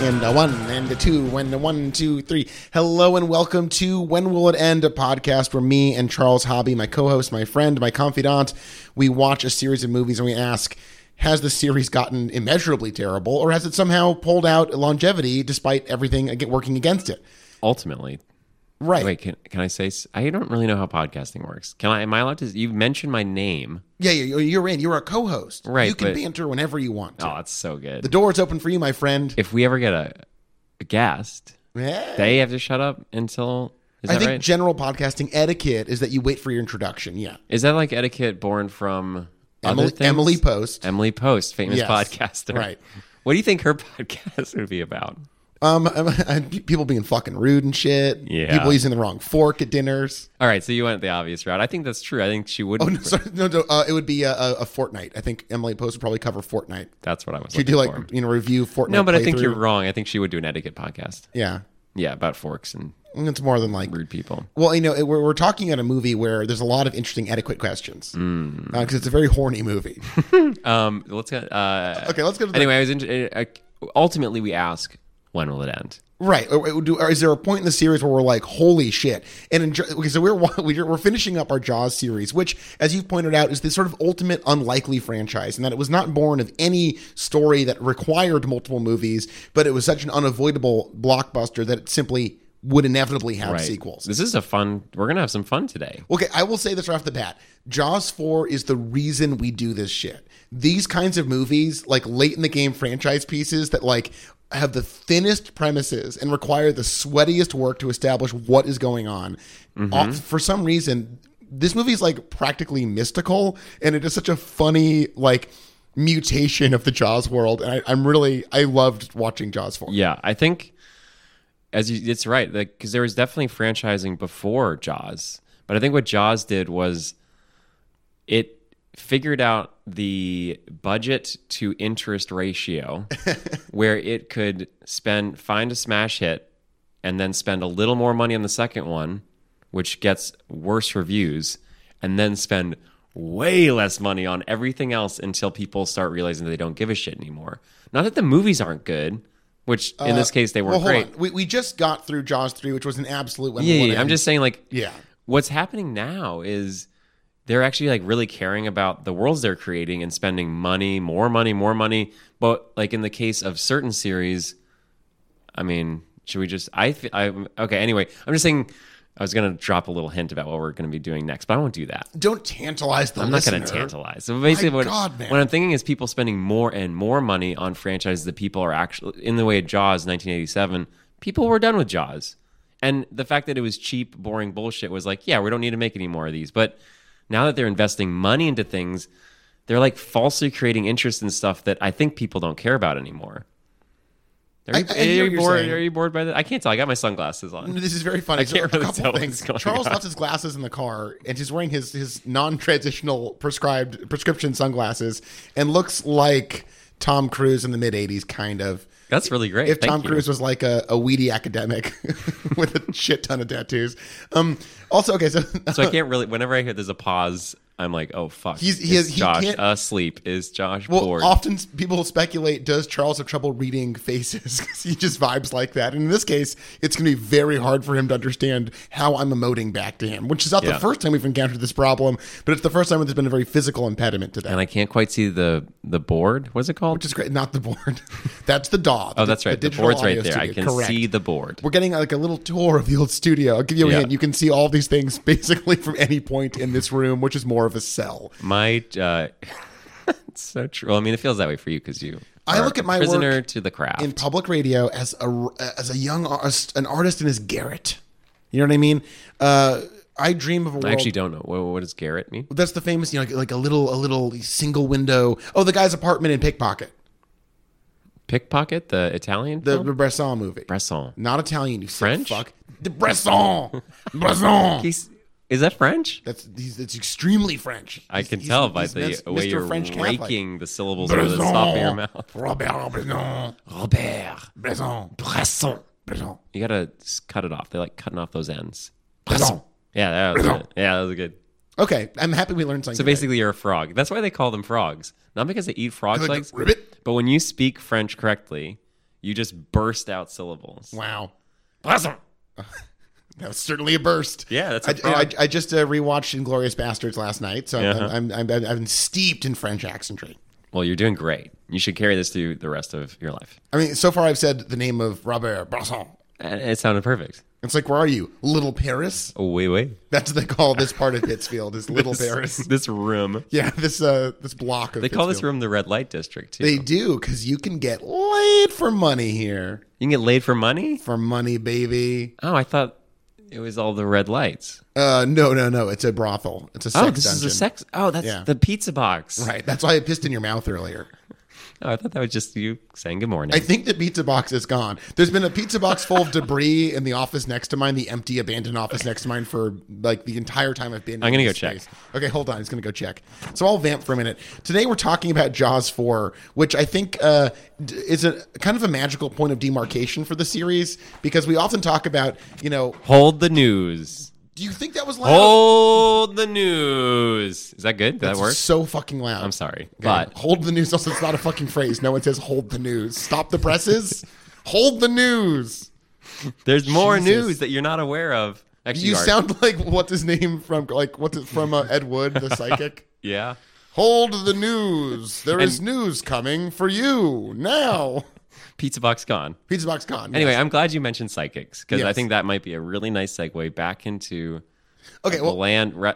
and a one and a two and a one two three. Hello and welcome to When Will It End, a podcast where me and Charles Hobby, my co-host, my friend, my confidant, we watch a series of movies and we ask, has the series gotten immeasurably terrible, or has it somehow pulled out longevity despite everything ag- working against it? Ultimately, Right. wait, can, can I say? s- I don't really know how podcasting works. Can I? Am I allowed to? You mentioned my name. Yeah, yeah, you're in. You're a co-host. Right, You can but- banter whenever you want. to. Oh, that's so good. The door's open for you, my friend. if we ever get a, a guest, Hey. they have to shut up until. Is I that think right? general podcasting etiquette is that you wait for your introduction. Yeah. Is that like etiquette born from other Emily, things? Emily Post. Emily Post, famous Yes, podcaster. right. What do you think her podcast would be about? Um, people being fucking rude and shit. Yeah. People using the wrong fork at dinners. All right, so you went the obvious route. I think that's true. I think she would. Oh no, sorry, no, no uh, it would be a, a, a Fortnite. I think Emily Post would probably cover Fortnite. That's what I was. She'd do looking like for. you know review Fortnite. No, but I think playthrough. you're wrong. I think she would do an etiquette podcast. Yeah, Yeah, about forks and it's more than like rude people. Well, you know, it, we're, we're talking at a movie where there's a lot of interesting etiquette questions because Mm. it's a very horny movie. Um, let's get. Uh, Okay, let's go to the anyway, I was. In, uh, ultimately, we ask when will it end? Right. Or- or do- or Is there a point in the series where we're like, holy shit? And enjoy, okay, so we're wa- we're we're finishing up our Jaws series, which, as you've pointed out, is the sort of ultimate unlikely franchise, and that it was not born of any story that required multiple movies, but it was such an unavoidable blockbuster that it simply would inevitably have sequels. This is a fun. We're gonna have some fun today. Okay, I will say this right off the bat. Jaws 4 is the reason we do this shit. These kinds of movies, like late in the game franchise pieces that like have the thinnest premises and require the sweatiest work to establish what is going on. Mm-hmm. all- For some reason, this movie is like practically mystical and it is such a funny like mutation of the Jaws world and I, I'm really I loved watching Jaws 4. Yeah, I think as you, it's right because there was definitely franchising before Jaws, but I think what Jaws did was it figured out the budget to interest ratio where it could spend find a smash hit and then spend a little more money on the second one which gets worse reviews and then spend way less money on everything else until people start realizing that they don't give a shit anymore not that the movies aren't good which in this case they Uh, Well, weren't hold great on. We, we just got through Jaws 3 which was an absolute yeah, yeah, yeah. i'm just saying like yeah. what's happening now is they're actually like really caring about the worlds they're creating and spending money, more money, more money. But like in the case of certain series, I mean, should we just? I, th- I okay. Anyway, I'm just saying. I was gonna drop a little hint about what we're gonna be doing next, but I won't do that. Don't tantalize the I'm not listener. gonna tantalize. So basically, My what, God, man. what I'm thinking is people spending more and more money on franchises that people are actually in the way of Jaws, 1987. People were done with Jaws, and the fact that it was cheap, boring bullshit was like, yeah, we don't need to make any more of these. But now that they're investing money into things, they're like falsely creating interest in stuff that I think people don't care about anymore. Are I- you, I hear what are you you're bored? saying. Are you bored by that? I can't tell. I got my sunglasses on. This is very funny. So can't really a couple tell things. what's going Charles on. left his glasses in the car, and he's wearing his his non-traditional prescribed prescription sunglasses, and looks like Tom Cruise in the mid '80s, kind of. That's really great. If Thank Tom you. Cruise was like a, a weedy academic with a shit ton of tattoos. Um, also, okay, so So I can't really. Whenever I hear there's a pause, I'm like, oh fuck. He's- he is has- he Josh can't- asleep? Is Josh Well, bored? often s- people speculate does Charles have trouble reading faces because he just vibes like that. And in this case, it's going to be very hard for him to understand how I'm emoting back to him, which is not the Yeah. first time we've encountered this problem, but it's the first time there's been a very physical impediment to that. and I can't quite see the the board. What's it called? which is great. Not the board. That's the dog. oh, that's right. The, board's right there. I can Correct. see the board. We're getting like a little tour of the old studio. I'll give you a Yeah. hint. You can see all these things basically from any point in this room, which is more of a cell. My. Uh, it's so true. Well, I mean, it feels that way for you because you. I are look at a my prisoner work to the craft. in public radio as a as a young artist, an artist in his garret. You know what I mean? Uh, I dream of a world. I actually don't know what, what does Garrett mean. that's the famous, you know, like, like a little a little single window. Oh, the guy's apartment in Pickpocket, Pickpocket, the Italian. the, film? the Bresson movie. Bresson. Not Italian, you sick Oh. French? fuck. The Bresson, Bresson. He's is that French? that's he's that's extremely French. I He's- can he's- tell by he's the Mis- way Mr. you're Catholic. raking the syllables over the top of your mouth. Robert Bresson, Robert Bresson, Bresson. Bresson, You gotta s- cut it off. They're like cutting off those ends. Bresson. Yeah, that was good. Yeah, that was good. Okay, I'm happy we learned something. So today. basically, you're a frog. That's why they call them frogs, not because they eat frog Like the legs. ribbit? But when you speak French correctly, You just burst out syllables. Wow. Plasm. That was certainly a burst. Yeah, that's a I, I, fraud. I just uh, rewatched Inglorious Bastards last night, so Uh-huh. I'm, I'm, I'm, I'm steeped in French accentry. Well, you're doing great. You should carry this through the rest of your life. I mean, so far I've said the name of Robert Bresson. And it sounded perfect. It's like, where are you? Little Paris? Oh, wait, wait. That's what they call this part of Pittsfield, is Little Paris. This room. Yeah, this uh, this block of They call this Pittsfield. room the red light district, too. They do, because you can get laid for money here. you can get laid for money? For money, baby. Oh, I thought it was all the red lights. Uh, no, no, no. It's a brothel. It's a sex oh, this dungeon. is a sex. Oh, that's Yeah. the pizza box. Right. That's why I pissed in your mouth earlier. Oh, I thought that was just you saying good morning. I think the pizza box is gone. There's been a pizza box full of debris in the office next to mine, the empty, abandoned office next to mine for like the entire time I've been. in I'm gonna this go check. space. Okay, hold on. He's gonna go check. So I'll vamp for a minute. Today we're talking about Jaws 4, which I think uh, d- is a kind of a magical point of demarcation for the series because we often talk about, you know, Hold the news. do you think that was loud? Hold the news. Is that good? Did that work? So fucking loud. I'm sorry. Okay. But hold the news. Also, it's not a fucking phrase. No one says hold the news. Stop the presses. hold the news. there's more Jesus. news that you're not aware of. Actually, You are. sound like what's his name from like what's it from uh, Ed Wood, the psychic. Yeah. Hold the news. There is news coming for you now. Pizza box gone. Pizza box gone. Anyway, I'm glad you mentioned psychics because I Yes. think that might be a really nice segue back into okay. the Well, land re-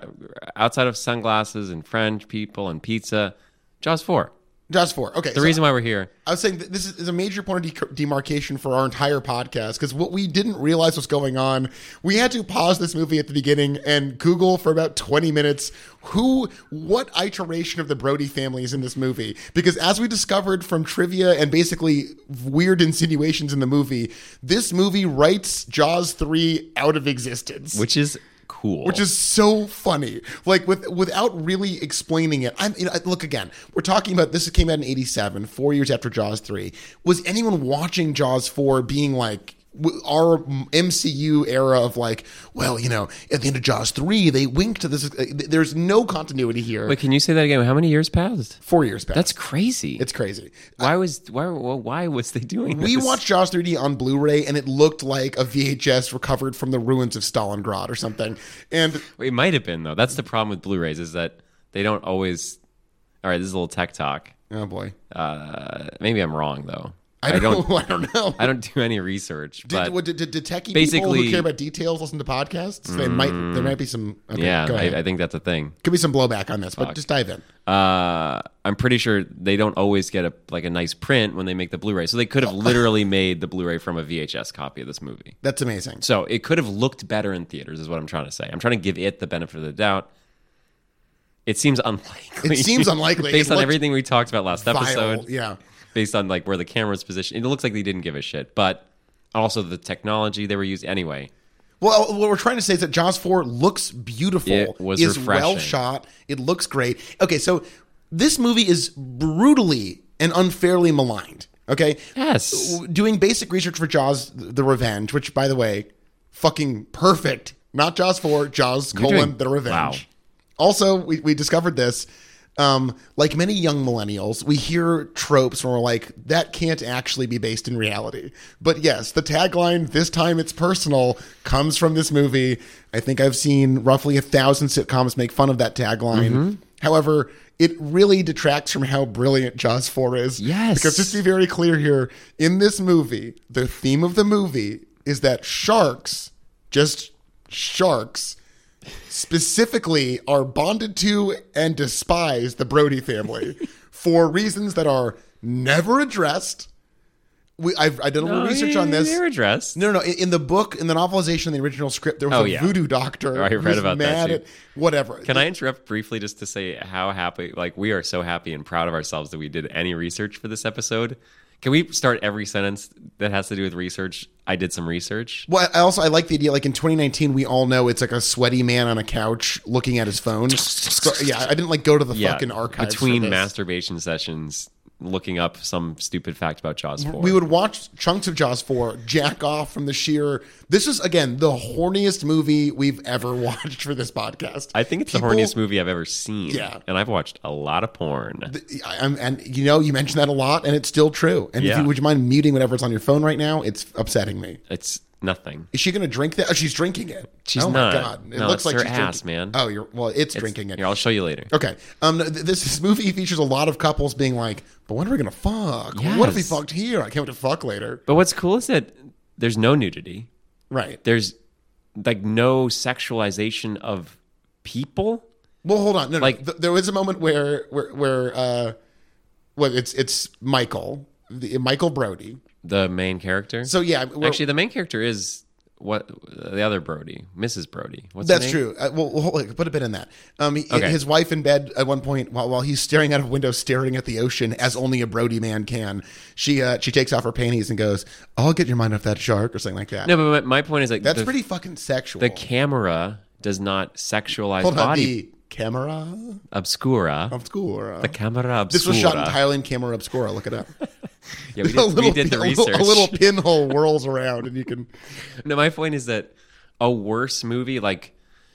outside of sunglasses and French people and pizza. Jaws 4. Jaws four. Okay. The reason why we're here. I was saying that this is is a major point of de- demarcation for our entire podcast because what we didn't realize was going on, we had to pause this movie at the beginning and Google for about 20 minutes who, what iteration of the Brody family is in this movie. Because as we discovered from trivia and basically weird insinuations in the movie, this movie writes Jaws 3 out of existence which is cool. which is so funny. Like with without really explaining it. I'm you know, look again. We're talking about this came out in '87, four years after Jaws three. Was anyone watching Jaws four being like? w- Our MCU era of like, well, you know, at the end of Jaws three, they winked to this. uh, th- There's no continuity here. Wait, can you say that again? How many years passed? Four years back, That's crazy. it's crazy. why was why well, why was they doing We this? watched Jaws 3D on Blu-ray, and it looked like a VHS recovered from the ruins of Stalingrad or something. And It might have been though. That's Mm. the problem with Blu-rays is that they don't always. All right, this is a little tech talk. oh boy, Uh, maybe I'm wrong though. I don't, I don't know. I don't do any research, but Did, what, did, did, did techie people who basically- Mm. care about details listen to podcasts? they might. There might be some. Okay, yeah, go ahead. I, I think that's a thing. Could be some blowback on this, but just dive in. Uh, I'm pretty sure they don't always get a like a nice print when they make the Blu-ray, so they could have literally made the Blu-ray from a VHS copy of this movie. That's amazing. So it could have looked better in theaters, is what I'm trying to say. I'm trying to give it the benefit of the doubt. It seems unlikely. It seems unlikely. based It on looked everything we talked about last Vile. episode, Yeah. based on like where the camera's positioned. It looks like they didn't give a shit, but also the technology they were used anyway. Well, what we're trying to say is that Jaws 4 looks beautiful. It was is refreshing. well shot. It looks great. Okay, so this movie is brutally and unfairly maligned. Okay? Yes. w- doing basic research for Jaws: The Revenge, which, by the way, fucking perfect. Not Jaws four, Jaws colon doing- The Revenge. wow. Also, we, we discovered this. Um, like many young millennials, we hear tropes where we're like, that can't actually be based in reality. But yes, the tagline, this time it's personal, comes from this movie. I think I've seen roughly a thousand sitcoms make fun of that tagline. However, it really detracts from how brilliant Jaws 4 is. Yes. Because just to be very clear here, in this movie, the theme of the movie is that sharks, just sharks, specifically are bonded to and despise the Brody family for reasons that are never addressed. We, I've, I did a little research on this. They were dressed. No, no, no. In in the book, in the novelization, the original script, there was Oh, a yeah. voodoo doctor. I who read was about that, mad too. At, whatever. Can I interrupt briefly just to say how happy, like, we are so happy and proud of ourselves that we did any research for this episode? Can we start every sentence that has to do with research? I did some research. Well, I also I like the idea. Like in 2019, we all know it's like a sweaty man on a couch looking at his phone. So yeah, I didn't like go to the fucking archives for between this. masturbation sessions looking up some stupid fact about Jaws 4. We would watch chunks of Jaws 4, jack off from the sheer. This is, again, the horniest movie we've ever watched for this podcast. I think it's People- the horniest movie I've ever seen. Yeah. And I've watched a lot of porn. I- I'm, and you know, you mentioned that a lot, and it's still true. And if Yeah. you, would you mind muting whatever's on your phone right now? It's upsetting me. it's nothing. Is she going to drink that? Oh, she's drinking it. She's oh not. my god! It No, looks it's like her she's ass, drinking- man. Oh, you're well. It's, drinking it. Here, I'll show you later. Okay. Um, th- this, this movie features a lot of couples being like, "But when are we gonna fuck? What if we Yes. fucked here? I can't wait to fuck later." But what's cool is that there's no nudity. Right. There's like no sexualization of people. Well, hold on. No, like Like- no. Th- there was a moment where where where uh, well, it's it's Michael, the, Michael Brody. The main character. So yeah, we're- Actually, the main character is what the other Brody, Mrs. Brody. What's her That's name? true. Uh, well, well, hold- put a bit in that. Um, he- Okay. His wife in bed at one point, while while he's staring out of a window, staring at the ocean as only a Brody man can. She uh, she takes off her panties and goes, "I'll get your mind off that shark" or something like that. No, but my my point is like That's the, pretty fucking sexual. the camera does not sexualize Hold on, body the camera obscura. obscura. The camera obscura. this was shot in Thailand. Camera obscura. Look it up. Yeah, we did, we did the pin- a research. little- A little pinhole whirls around, and you can. No, my point is that a worse movie, like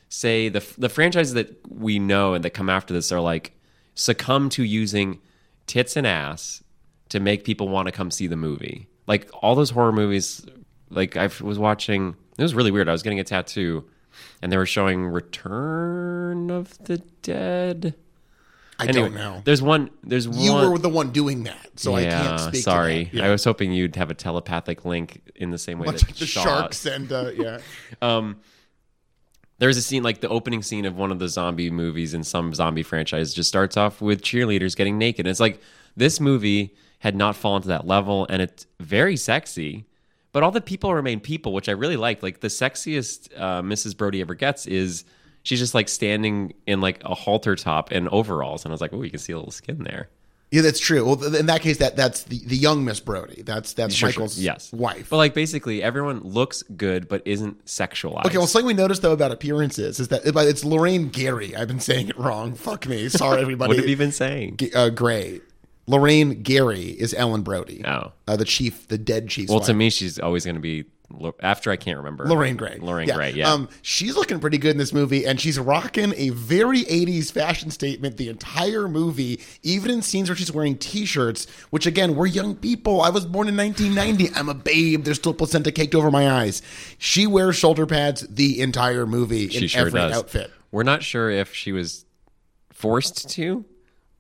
say the the franchises that we know and that come after this are like succumb to using tits and ass to make people want to come see the movie. Like all those horror movies, like I was watching. It was really weird. I was getting a tattoo, and they were showing Return of the Dead. I Anyway, don't know. There's one. There's You one. were the one doing that, so I can't speak. to sorry. that. Yeah. I was hoping you'd have a telepathic link in the same way that the Shaw- sharks and uh, yeah. There's a scene like the opening scene of one of the zombie movies in some zombie franchise just starts off with cheerleaders getting naked. It's like this movie had not fallen to that level and it's very sexy, but all the people remain people, which I really liked. Like the sexiest uh, Mrs. Brody ever gets is she's just like standing in like a halter top and overalls. And I was like, oh, you can see a little skin there. Yeah, that's true. Well, th- in that case, that that's the, the young Miss Brody. That's that's Sure, sure. Michael's yes. wife. But like basically everyone looks good but isn't sexualized. okay, well, something we noticed though about appearances is that but it's Lorraine Gary. I've been saying it wrong. Fuck me. Sorry, everybody. what have you been saying? G- uh, Gray. Lorraine Gary is Ellen Brody. Oh. Uh, the chief, the dead chief's Well, wife. to me, she's always going to be after I can't remember Lorraine Gray. Lorraine Gray, yeah. Um, she's looking pretty good in this movie, and she's rocking a very 80s fashion statement the entire movie, even in scenes where she's wearing t shirts, which again, we're young people. I was born in 1990. I'm a babe. There's still placenta caked over my eyes. She wears shoulder pads the entire movie she in sure every does. outfit. We're not sure if she was forced to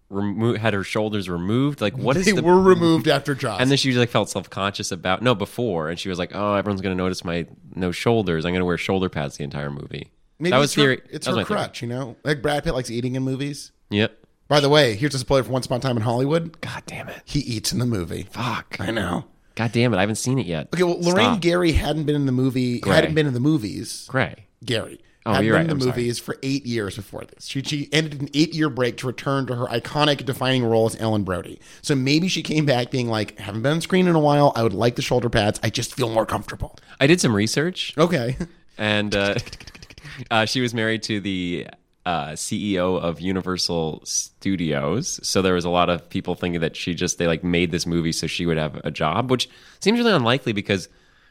remo- had her shoulders removed. Like, what is They the? were removed after Josh. and then she like felt self conscious about no before, and she was like, "Oh, everyone's going to notice my no shoulders. I'm going to wear shoulder pads the entire movie." Maybe that was it's her, theory. it's her that was my theory. crutch, you know? Like Brad Pitt likes eating in movies. Yep. By the way, here's a spoiler for Once Upon a Time in Hollywood. God damn it. He eats in the movie. Fuck. I know. God damn it. I haven't seen it yet. Okay, well, Lorraine Stop. Gary hadn't been in the movie, hadn't been in the movies. Gray. Gary. Oh, hadn't you're been in right, the I'm sorry. movies for eight years before this. She, she ended an eight year break to return to her iconic defining role as Ellen Brody. So maybe she came back being like, haven't been on screen in a while. I would like the shoulder pads. I just feel more comfortable. I did some research. Okay. and uh, uh, she was married to the uh, CEO of Universal Studios. So there was a lot of people thinking that she just they like made this movie so she would have a job, which seems really unlikely because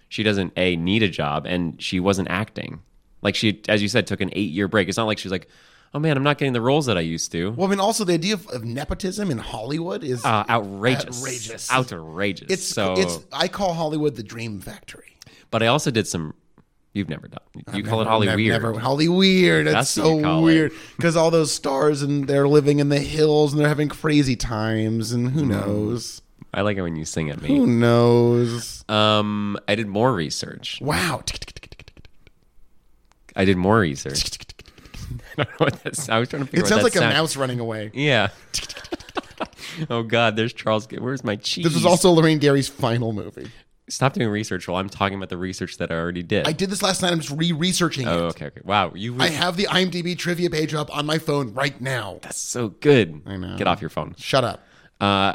she doesn't a need a job and she wasn't acting. Like she, as you said, took an eight year break. It's not like she's like, oh man, I'm not getting the roles that I used to. Well, I mean, also the idea of, of nepotism in Hollywood is Uh, outrageous, Outrageous. outrageous. it's, so. it's, I call Hollywood the dream factory. but I also did some. You've never done. You call it Holly Never- weird. Never, Holly weird. That's, That's what you so call it. weird because all those stars and they're living in the hills and they're having crazy times and Hmm. who knows, I like it when you sing at me. who knows. Um, I did more research. Wow. I did more research. I don't know what that's. I was trying to figure. It out sounds what like that a mouse running away. Yeah. oh God, there's Charles. Ga- Where's my cheese? This was also Lorraine Gary's final movie. Stop doing research while I'm talking about the research that I already did. I did this last night. I'm just re-researching oh, it. okay, okay. Wow, you. Were, I have the IMDb trivia page up on my phone right now. that's so good. I know. Get off your phone. Shut up. Uh,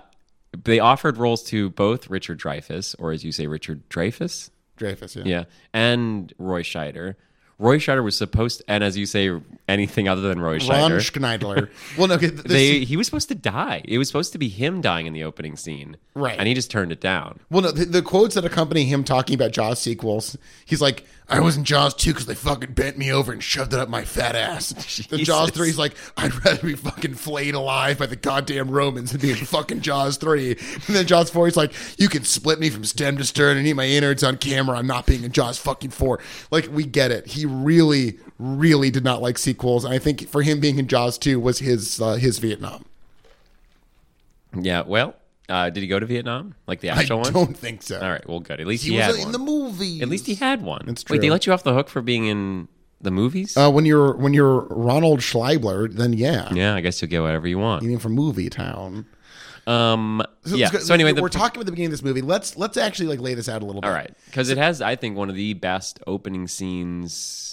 they offered roles to both Richard Dreyfuss, or as you say, Richard Dreyfuss. Dreyfus, yeah. Yeah, and Roy Scheider. Roy Scheider was supposed, and as you say, anything other than Roy Ron Scheider, Schneidler. well, no, 'cause this, they he was supposed to die. It was supposed to be him dying in the opening scene, Right. And he just turned it down. Well, no, the, the quotes that accompany him talking about Jaws sequels, he's like, I was in Jaws 2 because they fucking bent me over and shoved it up my fat ass. The Jaws Jesus. 3 is like, I'd rather be fucking flayed alive by the goddamn Romans than be in fucking Jaws 3. And then Jaws 4 is like, you can split me from stem to stern and eat my innards on camera. I'm not being in Jaws fucking 4. Like, we get it. He really, really did not like sequels. And I think for him being in Jaws 2 was his, uh, his Vietnam. Yeah. Well, uh, did he go to Vietnam? Like the I actual one? don't think so. All right. Well, good. At least he, He had was one. in the movie. At least he had one. It's Wait, they true. let you off the hook for being in the movies? Uh, when you're when you're Ronald Schleibler, then yeah, yeah, I guess you'll get whatever you want. you mean from Movie Town. Um, yeah. it's- So anyway, the, we're talking about the beginning of this movie. Let's let's actually like lay this out a little bit. all right, because it has, I think, one of the best opening scenes.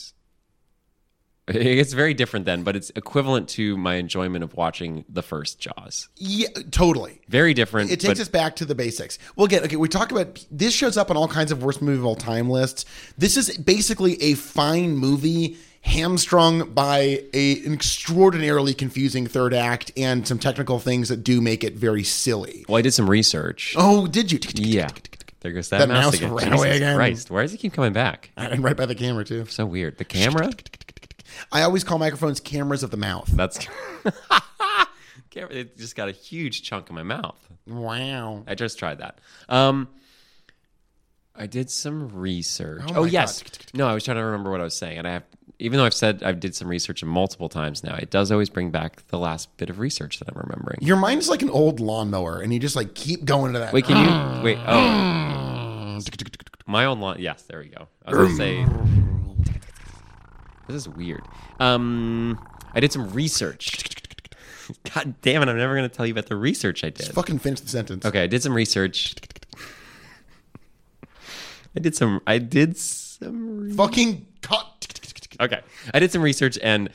It's very different then, but it's equivalent to my enjoyment of watching the first Jaws. Yeah, totally. Very different. It takes but us back to the basics. Well, again, okay, we talk about this shows up on all kinds of worst movie of all time lists. This is basically a fine movie hamstrung by a, an extraordinarily confusing third act and some technical things that do make it very silly. well, I did some research. Oh, did you? yeah. There goes that, That mouse, mouse again. ran Jesus away again. Christ, why does he keep coming back? And right by the camera too. So weird. The camera. I always call microphones cameras of the mouth. That's. camera. It just got a huge chunk in my mouth. Wow. I just tried that. Um, I did some research. Oh Oh, my yes. God. No, I was trying to remember what I was saying, and I have, even though I've said I did some research multiple times now, it does always bring back the last bit of research that I'm remembering. Your mind's like an old lawnmower, and you just like keep going to that. Wait, can you wait? Oh, my own lawn. Yes, there we go. I was gonna say this is weird. Um, I did some research. God damn it! I'm never gonna tell you about the research I did. fucking finish the sentence. Okay, I did some research. I did some. I did some. Re- Fucking cut. okay, I did some research and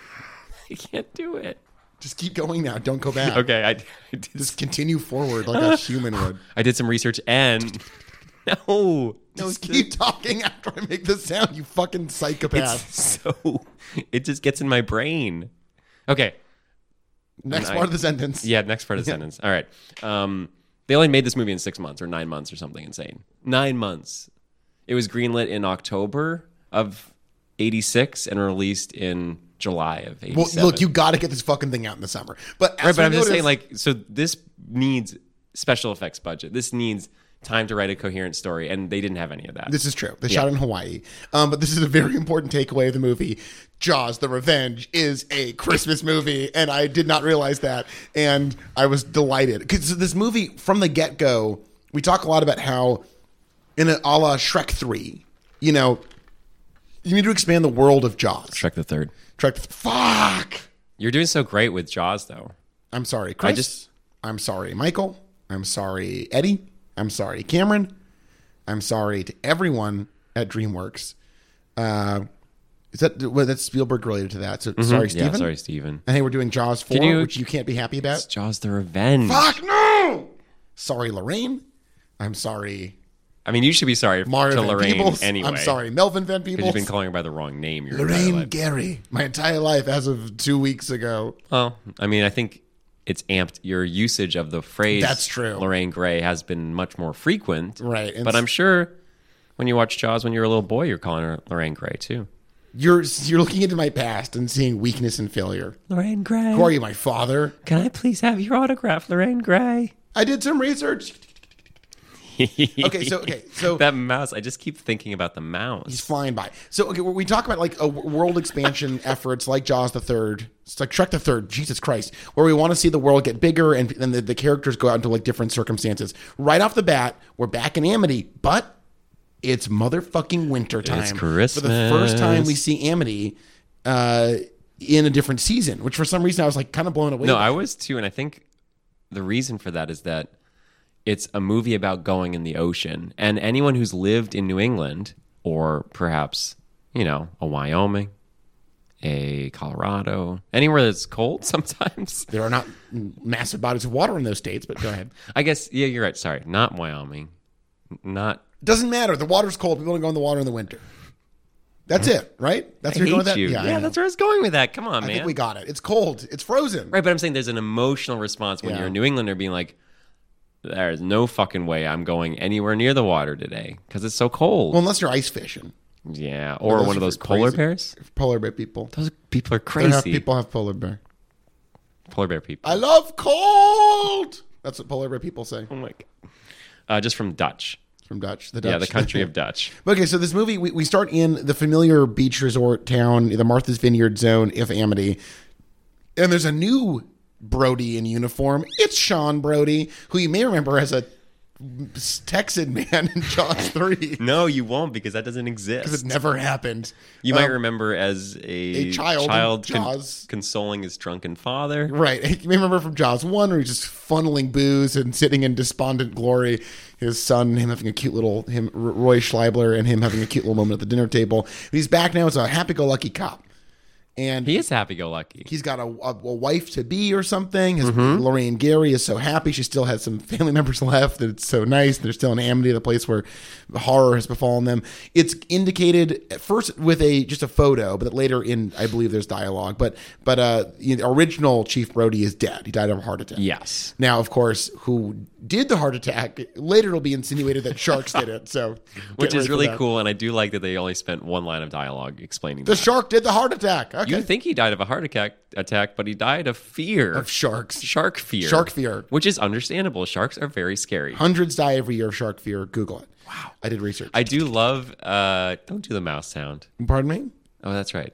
I can't do it. Just keep going now. Don't go back. Okay, I, I did. Just continue forward like a human would. I did some research and no, no, Just keep talking after I make the sound. You fucking psychopath. so it just gets in my brain. Okay, Next I- part of the sentence. yeah. Next part of the sentence. All right. Um, they only made this movie in six months or nine months or something insane. Nine months. It was greenlit in October of '86 and released in July of '87. Well, look, you got to get this fucking thing out in the summer. But as right, but we I'm just noticed- saying, like, so this needs special effects budget. This needs time to write a coherent story, and they didn't have any of that. This is true. They shot in Hawaii. Um, but this is a very important takeaway of the movie. Jaws the Revenge is a Christmas movie, and I did not realize that. And I was delighted. Because this movie, from the get go, we talk a lot about how, in a, a la Shrek 3, you know, you need to expand the world of Jaws. Shrek the Third. Shrek, fuck! You're doing so great with Jaws, though. I'm sorry, Chris. I just- am sorry, Michael. I'm sorry, Eddie. I'm sorry, Cameron. I'm sorry to everyone at DreamWorks. Uh, is that well, that's Spielberg related to that? So sorry, Steven. Mm-hmm. Yeah, sorry, Steven. I think we're doing Jaws four, you- which you can't be happy about. It's Jaws the Revenge. Fuck no! Sorry, Lorraine. I'm sorry, I mean, you should be sorry Mario to Van Lorraine Peebles. anyway. I'm sorry, Melvin Van Because you've been Peebles. calling her by the wrong name. Your entire Lorraine life. Gary. My entire life, as of two weeks ago. Well, I mean, I think it's amped. Your usage of the phrase That's true. Lorraine Gray has been much more frequent. Right, and But s- I'm sure when you watch Jaws when you were a little boy, you're calling her Lorraine Gray too. You're you're looking into my past and seeing weakness and failure. Lorraine Gray. Who are you, my father? Can I please have your autograph, Lorraine Gray? I did some research. Okay, so okay, so that mouse, I just keep thinking about the he's mouse. flying by. So okay, we talk about like a w- world expansion efforts like Jaws the Third, it's like Trek the Third, Jesus Christ, where we want to see the world get bigger and then the, the characters go out into like different circumstances. Right off the bat, we're back in Amity, but it's motherfucking winter time. It's For the first time Christmas. we see Amity uh, in a different season, which for some reason I was like kind of blown away. No, by. I was too, and I think the reason for that is that it's a movie about going in the ocean, and anyone who's lived in New England or perhaps you know a Wyoming, a Colorado, anywhere that's cold sometimes. there are not massive bodies of water in those states, but go ahead. I guess yeah, you're right. Sorry, not Wyoming, not Doesn't matter. The water's cold. People don't go in the water in the winter. That's it, right? That's where I you're going with hate that? you. I Yeah, know. that's where I was going with that. Come on, I man. think we got it. It's cold. It's frozen. Right, but I'm saying there's an emotional response when Yeah. you're a New Englander being like, there is no fucking way I'm going anywhere near the water today because it's so cold. Well, unless you're ice fishing, yeah, or those are one of those crazy. polar bears. polar bear people. Those people are They Have, crazy. people have polar bear. Polar bear people. I love cold. That's what polar bear people say oh my god. Uh, just from Dutch. from Dutch. The Dutch. Yeah, the country of Dutch. Okay, so this movie, we, we start in the familiar beach resort town, the Martha's Vineyard zone, if Amity. And there's a new Brody in uniform. It's Sean Brody, who you may remember as a Texan man in Jaws 3. No, you won't because that doesn't It exist. never happened. Um, You might remember as a, child, con- Jaws. consoling his drunken father. Right. You may remember from Jaws 1 where he's just funneling booze and sitting in despondent glory. His son, him having a cute little, him R- Roy Schleibler, and him having a cute little moment at the dinner table. But he's back now as a happy go lucky cop. And He is happy-go-lucky. he's got a, a, a wife to be or something. His Mm-hmm. Lorraine Gary is so happy. She still has some family members left. That it's so nice. They're still in Amity, the place where horror has befallen them. It's indicated at first with a just a photo, but later in I believe there's dialogue. But but uh, the original Chief Brody is dead. He died of a heart attack. Yes. Now, of course, who did the heart attack? Later, it'll be insinuated that sharks did it. So, Which get ready is for really that. cool, and I do like that they only spent one line of dialogue explaining The that. shark did the heart attack. Okay. You think he died of a heart attack, attack but he died of fear. of sharks, shark fear. shark fear. Which is understandable. Sharks are very scary. Hundreds die every year of shark fear. Google it. Wow. I did research. I do love, uh, don't do the mouse sound. Pardon me? Oh, that's right.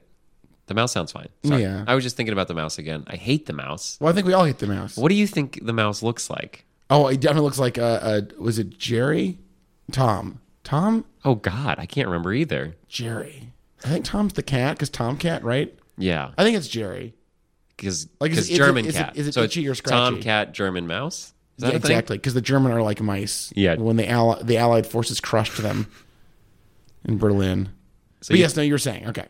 The mouse sounds fine. Sorry. Yeah. I was just thinking about the mouse again. I hate the mouse. Well, I think we all hate the mouse. What do you think the mouse looks like? Oh, it definitely looks like uh, uh was it Jerry? Tom. Tom? Oh, God. I can't remember either. Jerry. I think Tom's the cat because Tomcat, right? Yeah. I think it's Jerry. Because Like, is it- is it- German is it- cat. is it so itchy it's or scratchy? Tom cat, German mouse? Is that Yeah, a thing? exactly, because the German are like mice. Yeah. When the Alli- the Allied forces crushed them in Berlin. but you- yes, no, you're saying okay.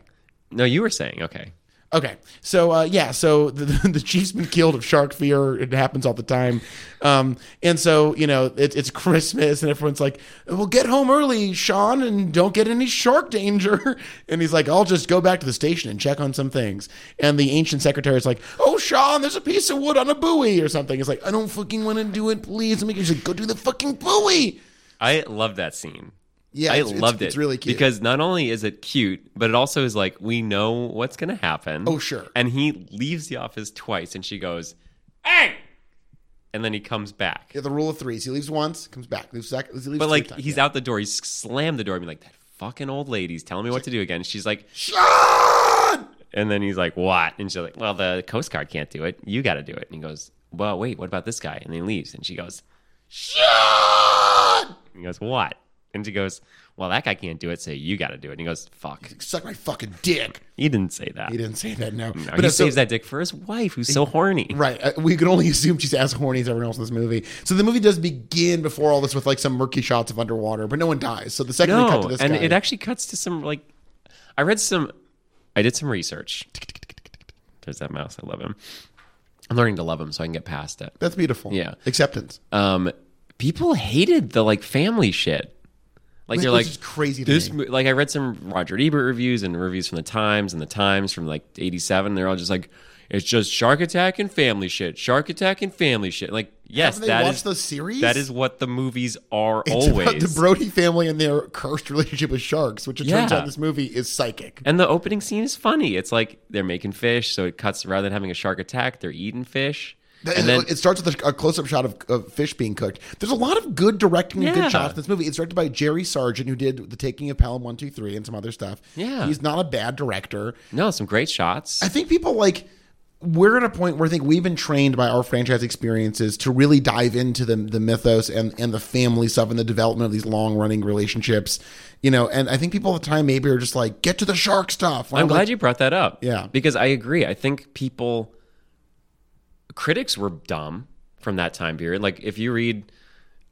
No, you were saying. Okay. Okay, so uh, yeah, so the, the, the chief's been killed of shark fear. It happens all the time, um, and so you know it, it's Christmas, and everyone's like, "Well, get home early, Sean, and don't get any shark danger." And he's like, "I'll just go back to the station and check on some things." And the ancient secretary's like, "Oh, Sean, there's a piece of wood on a buoy or something." It's like, "I don't fucking want to do it, please." And he's like, "Go do the fucking buoy." I love that scene. Yeah, I it's- it's- loved it. it's really cute. because not only is it cute, but it also is like we know what's going to happen. Oh, sure. And he leaves the office twice, and she goes, "Hey!" And then he comes back. Yeah, the rule of threes. He leaves once, comes back, leaves second, leaves But three like times. he's out the door, he slammed the door, and be like, "That fucking old lady's telling me what to do again." She's like, Sean. and then he's like, "What?" And she's like, "Well, the Coast Guard can't do it. You got to do it." And he goes, "Well, wait, what about this guy?" And then he leaves, and she goes, Sean! and "He goes, what?" And she goes, "Well, that guy can't do it, so you got to do it." And he goes, "Fuck." Suck my fucking dick. He didn't say that. He didn't say that, no. No, but he uh, so- saves that dick for his wife, who's so horny. Right. uh, We can only assume she's as horny as everyone else in this movie. So the movie does begin before all this with like some murky shots of underwater, but no one dies. So the second we cut to No, this and guy, it actually cuts to some like, I read some, I did some research. There's that mouse. I love him. I'm learning to love him so I can get past it. that's beautiful. Yeah. Acceptance. Um, people hated the like family shit. Like they're Which like is crazy to This me. mo- like I read some Roger Ebert reviews and reviews from the Times and the Times from like '87. They're all just like, it's just shark attack and family shit. Shark attack and family shit. Like yes, Haven't they that watched is the series? That is what the movies are It's always. about the Brody family and their cursed relationship with sharks, which it turns Yeah. out this movie is psychic. and the opening scene is funny. It's like they're making fish, so it cuts rather than having a shark attack, they're eating fish. And then it starts with a, a close-up shot of, of fish being cooked. There's a lot of good directing and Yeah. good shots in this movie. It's directed by Jerry Sargent, who did the Taking of Pelham One Two Three and some other stuff. Yeah. he's not a bad director. no, some great shots. I think people like we're at a point where I think we've been trained by our franchise experiences to really dive into the the mythos and and the family stuff and the development of these long running relationships, you know. And I think people at the time maybe are just like, get to the shark stuff. And I'm like, glad you brought that up. Yeah. Because I agree. I think people critics were dumb from that time period. Like if you read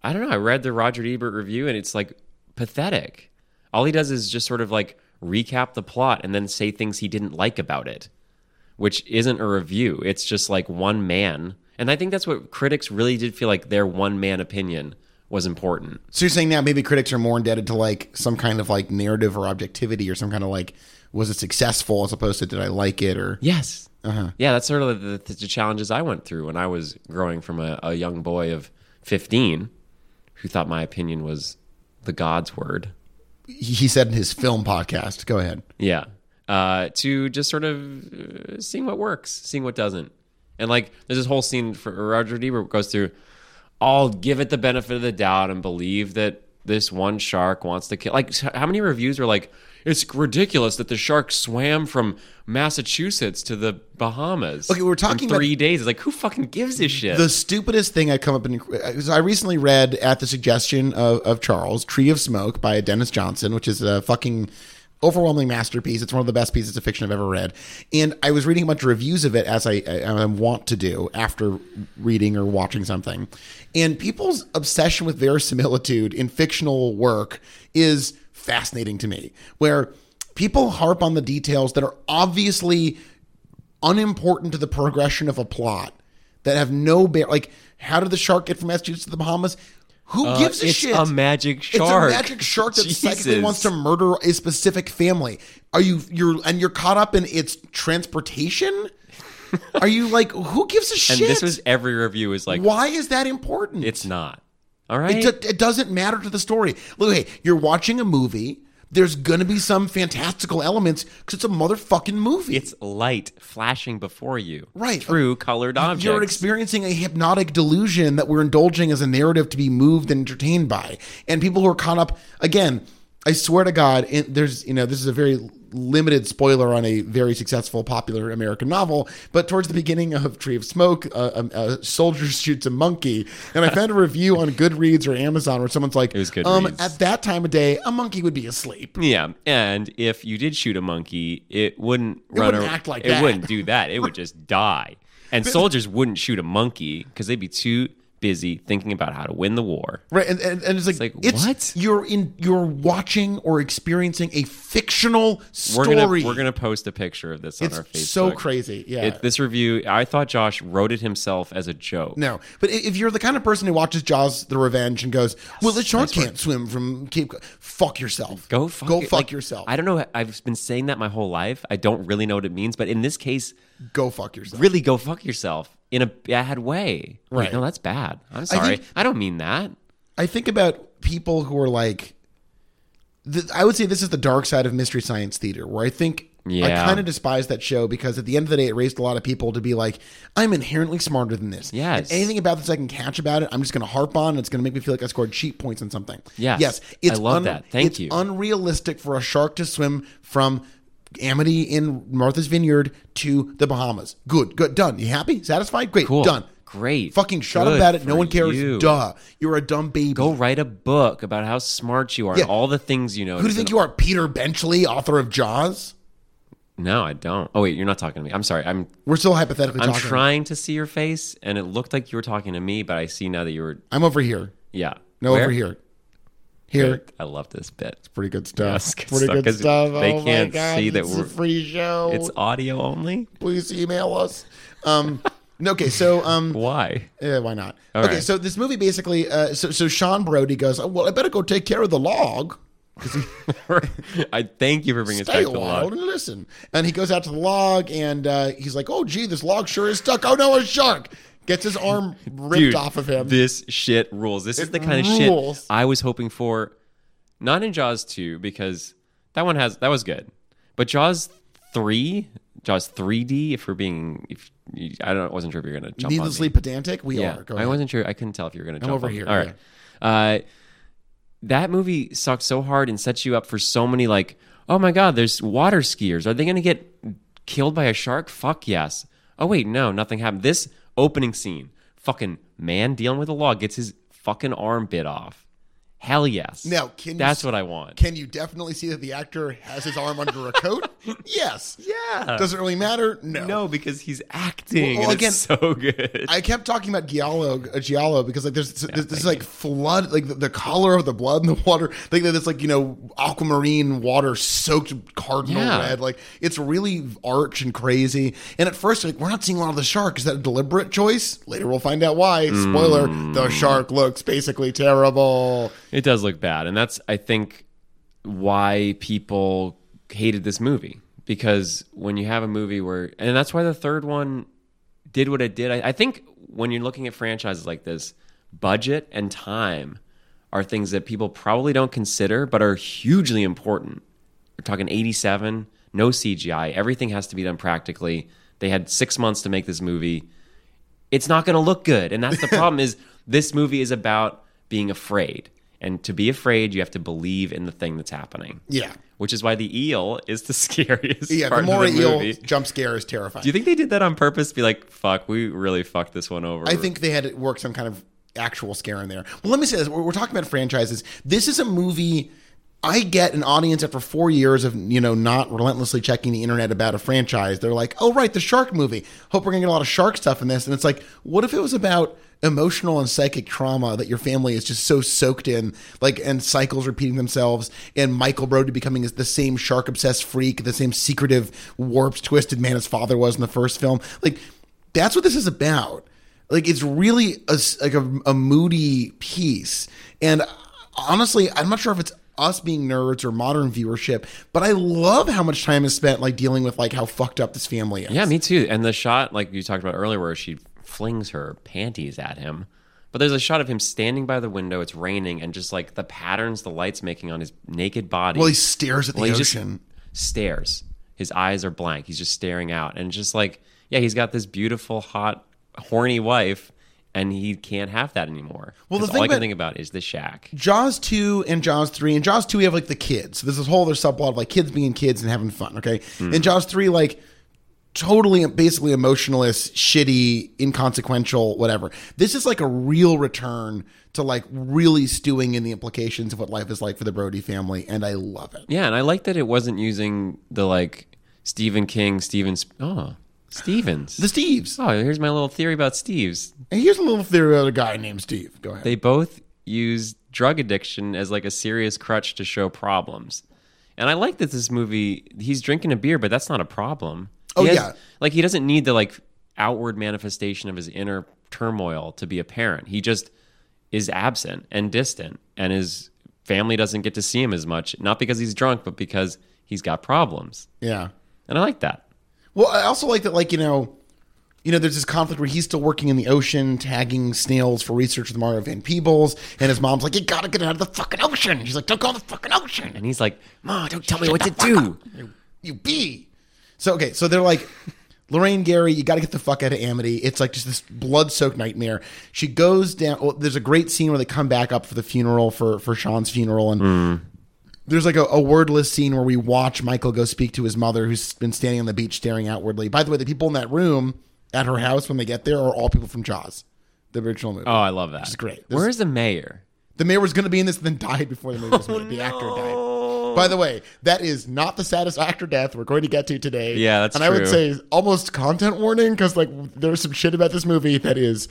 I don't know, I read the Roger Ebert review and it's like pathetic. All he does is just sort of like recap the plot and then say things he didn't like about it, which isn't a review. It's just like one man. And I think that's what critics really did feel like their one man opinion was important. So you're saying now maybe critics are more indebted to like some kind of like narrative or objectivity or some kind of like was it successful as opposed to did I like it or Yes. Yeah, that's sort of the, the, the challenges I went through when I was growing from a, a young boy of 15 who thought my opinion was the God's word. he said in his film podcast. Go ahead. Yeah. Uh, to just sort of uh, seeing what works, seeing what doesn't. And like, there's this whole scene for Roger Ebert goes through, I'll give it the benefit of the doubt and believe that this one shark wants to kill. Like, h- how many reviews were like, it's ridiculous that the shark swam from Massachusetts to the Bahamas. Okay, we were in talking about- three days. It's like, who fucking gives a shit? The stupidest thing I come up in is I recently read at the suggestion of, of Charles Tree of Smoke by Dennis Johnson, which is a fucking overwhelming masterpiece. It's one of the best pieces of fiction I've ever read, and I was reading a bunch of reviews of it as I, I, I want to do after reading or watching something, and people's obsession with verisimilitude in fictional work is fascinating to me. Where people harp on the details that are obviously unimportant to the progression of a plot that have no bear. Like, how did the shark get from Massachusetts to the Bahamas? Who Uh, gives a it's shit? a magic shark. It's a magic shark that psychically Jesus. wants to murder a specific family. Are you you're and you're caught up in its transportation? Are you like who gives a shit? and this was every review is like, Why is that important? it's not. All right. It, do- it doesn't matter to the story. Look, hey, you're watching a movie. There's gonna be some fantastical elements because it's a motherfucking movie. It's light flashing before you, Right. Through colored objects. You're experiencing a hypnotic delusion that we're indulging as a narrative to be moved and entertained by. And people who are caught up, again, I swear to God, it, there's, you know, this is a very limited spoiler on a very successful popular American novel, but towards the beginning of Tree of Smoke, a, a, a soldier shoots a monkey. And I found a review on Goodreads or Amazon where someone's like, it was um, Goodreads. at that time of day, a monkey would be asleep. yeah, and if you did shoot a monkey, it wouldn't run. wouldn't ar- act like it that. wouldn't do that. It would just die. And soldiers wouldn't shoot a monkey because they'd be too busy thinking about how to win the war. Right, and, and, and it's like, like, it's- what? you're in you're watching or experiencing a fictional We're story. gonna we're gonna post a picture of this on our Facebook. It's so crazy. Yeah. It- this review, I thought Josh wrote it himself as a joke. no, but i- if you're the kind of person who watches Jaws: The Revenge and goes, "Well, the shark can't swim from Cape," Cod," fuck yourself. Go fuck, go it- fuck like, yourself. I don't know. I've been saying that my whole life. I don't really know what it means, but in this case, go fuck yourself. really go fuck yourself in a bad way. Wait, Right. no, that's bad. I'm sorry. I, think- don't mean that. I think about people who are like, th- I would say this is the dark side of mystery science theater, where I think I Yeah. kind of despise that show because at the end of the day, it raised a lot of people to be like, I'm inherently smarter than this. Yes. And anything about this I can catch about it, I'm just going to harp on. And it's going to make me feel like I scored cheat points on something. Yes. Yes. I love that. Thank it's you. unrealistic for a shark to swim from. Amity in Martha's Vineyard to the Bahamas. Good, good, done. You happy? Satisfied? Great, Cool. done. Great. Fucking shut up Good about it. No for one cares. you. Duh. You're a dumb baby. Go write a book about how smart you are Yeah. and all the things you know. Who do you think you are, Peter Benchley, author of Jaws? No, I don't. Oh wait, you're not talking to me. I'm sorry. I'm We're still hypothetically I'm talking. trying to see your face, and it looked like you were talking to me, but I see now that you were. I'm over here. Yeah. No, Where? over here. Here, I love this bit. pretty good stuff. Yes, good pretty stuff, good 'cause stuff. they oh my can't God, see that this is a we're- free show. It's audio only. Please email us. Um, no, okay, so um, Why? Eh, why not? All okay, right. so this movie basically, uh, so, so Sean Brody goes, oh, well, I better go take care of the log. I thank you for bringing Stay us a back to while log. and listen. And he goes out to the log, and uh, he's like, "Oh, gee, this log sure is stuck. Oh no, a shark!" Gets his arm ripped Dude, off of him. This shit rules. This is It the kind of rules. shit I was hoping for. Not in Jaws 2 because that one has that was good. But Jaws 3, Jaws 3D if we're being if you, I don't wasn't sure if you're going to jump on me. Needlessly pedantic, we Yeah. are. Go I ahead. wasn't sure. I couldn't tell if you were going to jump over on me. here, All right. Uh, that movie sucked so hard and sets you up for so many like, oh my god, there's water skiers. Are they going to get killed by a shark? Fuck yes. Oh wait, no, nothing happened. This opening scene, fucking man dealing with a log gets his fucking arm bit off. Hell yes. Now, can you that's s- what I want. Can you definitely see that the actor has his arm under a coat? Yes. Yeah. Doesn't really matter. No. no, because he's acting. Well, and again- it's so good. I kept talking about Giallo, uh, Giallo, because like there's this, this like flood, like the, the color of the blood in the water, like this like you know aquamarine water soaked cardinal Yeah. red, like it's really arch and crazy. And at first, like we're not seeing a lot of the shark. Is that a deliberate choice? Later we'll find out why. Spoiler: the Mm. shark looks basically terrible. It does look bad, and that's I think why people hated this movie because when you have a movie where, and that's why the third one did what it did. I, I think when you're looking at franchises like this, budget and time are things that people probably don't consider, but are hugely important. We're talking 87, no CGI, everything has to be done practically. They had six months to make this movie it's not going to look good and that's the problem is this movie is about being afraid and to be afraid you have to believe in the thing that's happening Yeah, which is why the eel is the scariest yeah. part the more of the eel movie jump scare is terrifying. do you think they did that on purpose be like fuck we really fucked this one over I think they had to work some kind of actual scare in there. Well, let me say this: we're, we're talking about franchises. This is a movie. I get an audience after four years of you know not relentlessly checking the internet about a franchise. They're like, "Oh right, the shark movie. Hope we're gonna get a lot of shark stuff in this." And it's like, what if it was about emotional and psychic trauma that your family is just so soaked in, like and cycles repeating themselves, and Michael Brody becoming the same shark obsessed freak, the same secretive, warped, twisted man his father was in the first film. Like, that's what this is about like it's really a s like a, a moody piece and honestly i'm not sure if it's us being nerds or modern viewership but i love how much time is spent like dealing with like how fucked up this family is yeah me too and the shot like you talked about earlier where she flings her panties at him but there's a shot of him standing by the window it's raining and just like the patterns the light's making on his naked body well he stares at the Well, he just ocean stares. His eyes are blank. He's just staring out. And just like, yeah, he's got this beautiful, hot, horny wife, and he can't have that anymore. Well, the 'Cause thing all I can about- think about is the shack. Jaws 2 and Jaws 3. and Jaws 2, we have like the kids. So there's this whole other subplot of like kids being kids and having fun, okay? In Jaws 3, like totally basically emotionless, shitty, inconsequential, whatever. This is like a real return to like really stewing in the implications of what life is like for the Brody family, and I love it. Yeah, and I like that it wasn't using the like Stephen King, Stephen. Sp- oh, Stevens. The Steves. oh, here's my little theory about Steve's. And here's a little theory about a guy named Steve. Go ahead. They both use drug addiction as like a serious crutch to show problems. And I like that this movie, he's drinking a beer, but that's not a problem. He Oh, has- yeah. Like he doesn't need the like outward manifestation of his inner turmoil to be apparent. He just is absent and distant and his family doesn't get to see him as much, not because he's drunk, but because he's got problems. yeah. And I like that. Well, I also like that, like you know, you know, there's this conflict where he's still working in the ocean, tagging snails for research with Mario Van Peebles, and his mom's like, "You gotta get out of the fucking ocean." She's like, "Don't go in the fucking oceen, And he's like, Ma, don't tell me what to do. you bee." So okay, so they're like, Lorraine Gary, you gotta get the fuck out of Amity. It's like just this blood-soaked nightmare. She goes down. Well, there's a great scene where they come back up for the funeral for for Sean's funeral, and there's like a, a wordless scene where we watch Michael go speak to his mother, who's been standing on the beach staring outwardly. By the way, the people in that room at her house when they get there are all people from Jaws, the original movie. Oh, I love that. It's great. This- Where's the mayor? the mayor was going to be in this, and then died before the movie was made. The Oh, actor died. By the way, that is not the saddest actor death we're going to get to today. Yeah, that's and I would say true. almost content warning because like there's some shit about this movie that is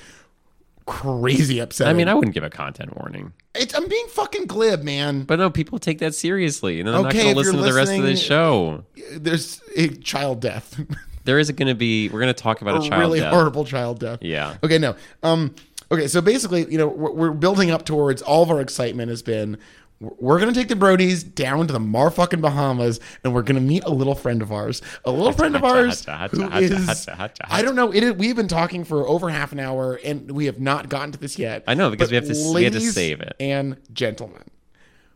crazy upsetting. I mean, I wouldn't give a content warning. it's, I'm being fucking glib, man. But no, people take that seriously, and then I'm Okay, not if going to listen you're to the rest of listening- this show. There's a child death. There is going to be. We're going to talk about a child really death. horrible child death. Yeah. Okay, no. Um. Okay, so basically, you know, we're, we're building up towards all of our excitement has been. we're- We're gonna take the Brodies down to the marfucking Bahamas, and we're gonna meet a little friend of ours, a little friend of hotcha, ours hotcha, who hotcha, hotcha, is. hotcha, hotcha, I don't know. It is, we've been talking for over half an hour, and we have not gotten to this yet. I know, because But we have to- we had to ladies save it. And gentlemen,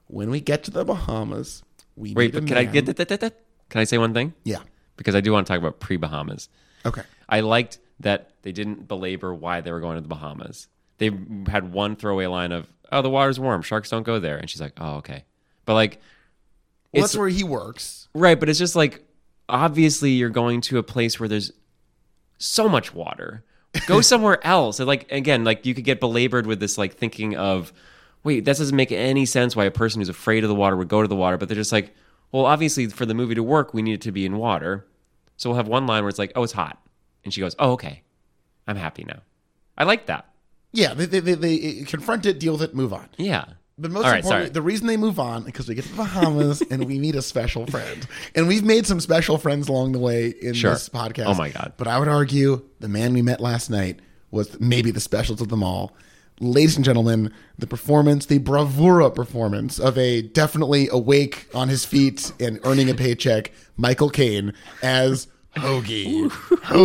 when we get to the Bahamas, we Wait, meet a but can I man- get that, that, that, that? Can I say one thing? Yeah. Because I do want to talk about pre Bahamas. Okay. I liked that they didn't belabor why they were going to the Bahamas. They had one throwaway line of, "Oh, the water's warm. Sharks don't go there," and she's like, "Oh, okay." But like, Well, It's- that's where he works. Right, but it's just like obviously you're going to a place where there's so much water. Go somewhere else. And like again, like you could get belabored with this like thinking of wait, that doesn't make any sense why a person who's afraid of the water would go to the water, but they're just like, well, obviously for the movie to work, we need it to be in water. So we'll have one line where it's like, oh, it's hot. And she goes, oh, okay. I'm happy now. I like that. Yeah, they, they, they, they confront it, deal with it, move on. Yeah. But most All right, importantly, sorry. the reason they move on because we get to the Bahamas and we need a special friend, and we've made some special friends along the way in Sure. this podcast. Oh my God. But I would argue the man we met last night was maybe the specials of them all. Ladies and gentlemen, the performance, the bravura performance of a definitely awake on his feet and earning a paycheck, Michael Caine as Hoagie.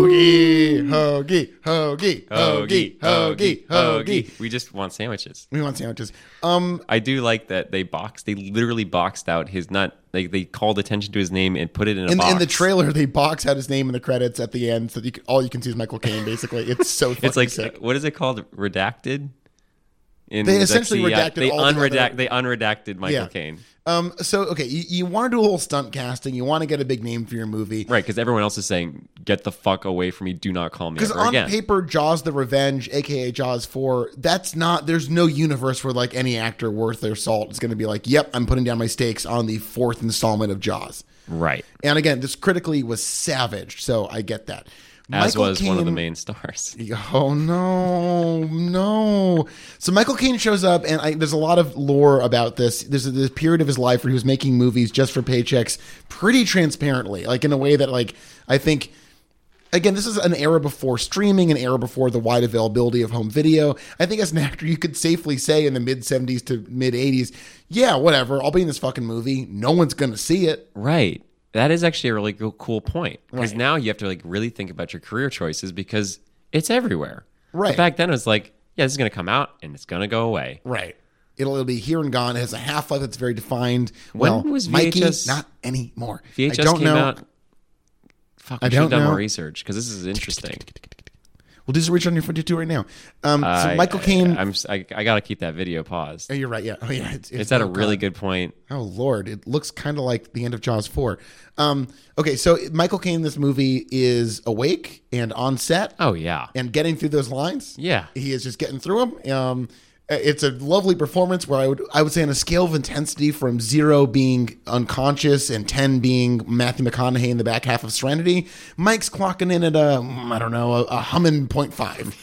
Hoagie, Hoagie, Hoagie, Hoagie, Hoagie, Hoagie. We just want sandwiches. We want sandwiches. Um, I do like that they boxed. They literally boxed out his not. They they called attention to his name and put it in a in, box. in the trailer, they box out his name in the credits at the end, so that you can, all you can see is Michael Caine. Basically, it's so fucking it's like sick. what is it called? Redacted. In, They that's essentially the, redacted they all the unredact. other- They unredacted Michael Yeah. Caine, Um, so okay, you, you want to do a whole stunt casting. You want to get a big name for your movie. right? Because everyone else is saying, "Get the fuck away from me! Do not call me Because ever on again." paper, Jaws the Revenge, aka Jaws 4, that's not, there's no universe where like any actor worth their salt is going to be like, yep, I'm putting down my stakes on the fourth installment of Jaws. right, And again, this critically was savaged, so I get that. as Michael was one of the Caine- main stars. Oh no, no! So Michael Caine shows up, and I, there's a lot of lore about this. There's a, this period of his life where he was making movies just for paychecks, pretty transparently, like in a way that, like, I think. Again, this is an era before streaming, an era before the wide availability of home video. I think as an actor, you could safely say in the mid 70s to mid 80s, yeah, whatever, I'll be in this fucking movie. No one's going to see it. Right. That is actually a really cool, cool point because now you have to like really think about your career choices because it's everywhere. Right. But back then it was like, yeah, this is going to come out and it's going to go away. Right. It'll, it'll be here and gone. It has a half life that's very defined. When well, was Mikey, VHS not anymore. VHS I don't came know. out. Fuck, I should don't have done know. more research because this is interesting. We'll do some research on your 42 right now. Um, so I- Michael I- Caine. I'm. s- I, got to keep that video paused. oh, you're right. Yeah. Oh, yeah. It's, It's at a really good point. Oh Lord, it looks kind of like the end of Jaws four. Um, okay, so Michael Caine, in this movie is awake and on set Oh yeah. and getting through those lines. Yeah. he is just getting through them. Um, it's a lovely performance where I would I would say on a scale of intensity from zero being unconscious and ten being Matthew McConaughey in the back half of Serenity, Mike's clocking in at a mm, I don't know a, a humming point five.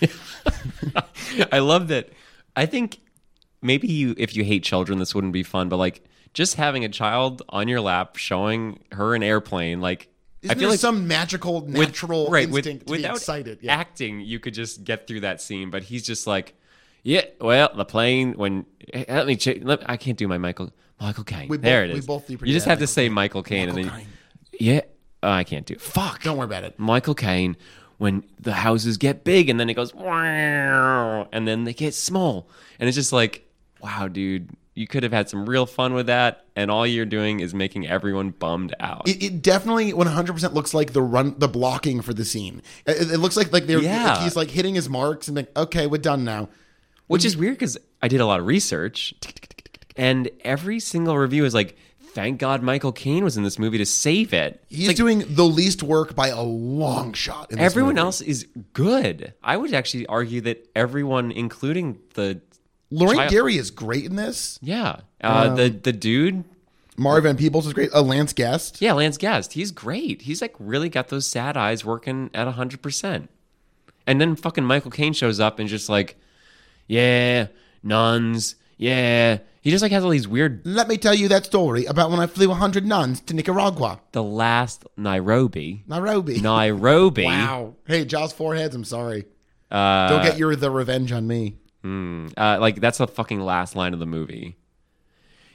I love that. I think maybe you, if you hate children, this wouldn't be fun. But like, just having a child on your lap, showing her an airplane, like, Isn't I feel there like some magical natural right, with- instinct to be without excited? Yeah. acting, you could just get through that scene. But he's just like, yeah, well, the plane when eh, let me check. Let, I can't do my Michael Michael Caine. We both- there it we is. both do pretty you just bad have to say Michael Caine, and Michael then yeah, oh, I can't do. It. Fuck, Don't worry about it. Michael Caine. When the houses get big, and then it goes, "Wow," and then they get small, and it's just like, wow, dude. You could have had some real fun with that, and all you're doing is making everyone bummed out. It, it definitely 100% looks like the run, the blocking for the scene. It, it looks like like they're Yeah. like he's like hitting his marks and like okay, we're done now. which is weird because I did a lot of research, and every single review is like, "Thank God Michael Caine was in this movie to save it." It's He's like, doing the least work by a long shot. In this everyone movie. else is good. I would actually argue that everyone, including the Lorraine Child- Gary is great in this. yeah, uh, the the dude, Mari Van Peebles is great. Uh, Lance Guest. yeah, Lance Guest, he's great. He's like really got those sad eyes working at hundred percent. And then fucking Michael Caine shows up and just like, yeah, nuns, yeah. He just like has all these weird Let me tell you that story about when I flew 100 nuns to Nicaragua, the last Nairobi. Nairobi. Nairobi. Wow. Hey, Jaws foreheads. I'm sorry. Uh, Don't get your the revenge on me. Uh, like that's the fucking last line of the movie.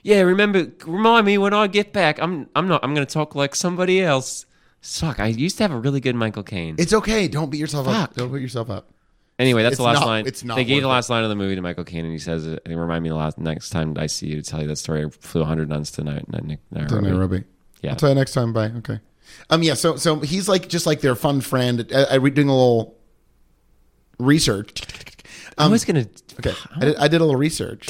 Yeah, remember remind me when I get back, I'm I'm not I'm gonna talk like somebody else. Suck, I used to have a really good Michael Caine. It's okay. Don't beat yourself up. Fuck. Don't beat yourself up. anyway, that's it's the last not- line. it's not they gave worth the last line of the movie to Michael Caine and he says it and remind me the last next time I see you to tell you that story. I flew hundred nuns to Nai- Nai- Nairobi. Nairobi. Yeah. I'll tell you next time. Bye. Okay. Um. Yeah. So so he's like just like their fun friend. I, I re- doing a little research. I Um, was gonna Okay. I did, I did a little research,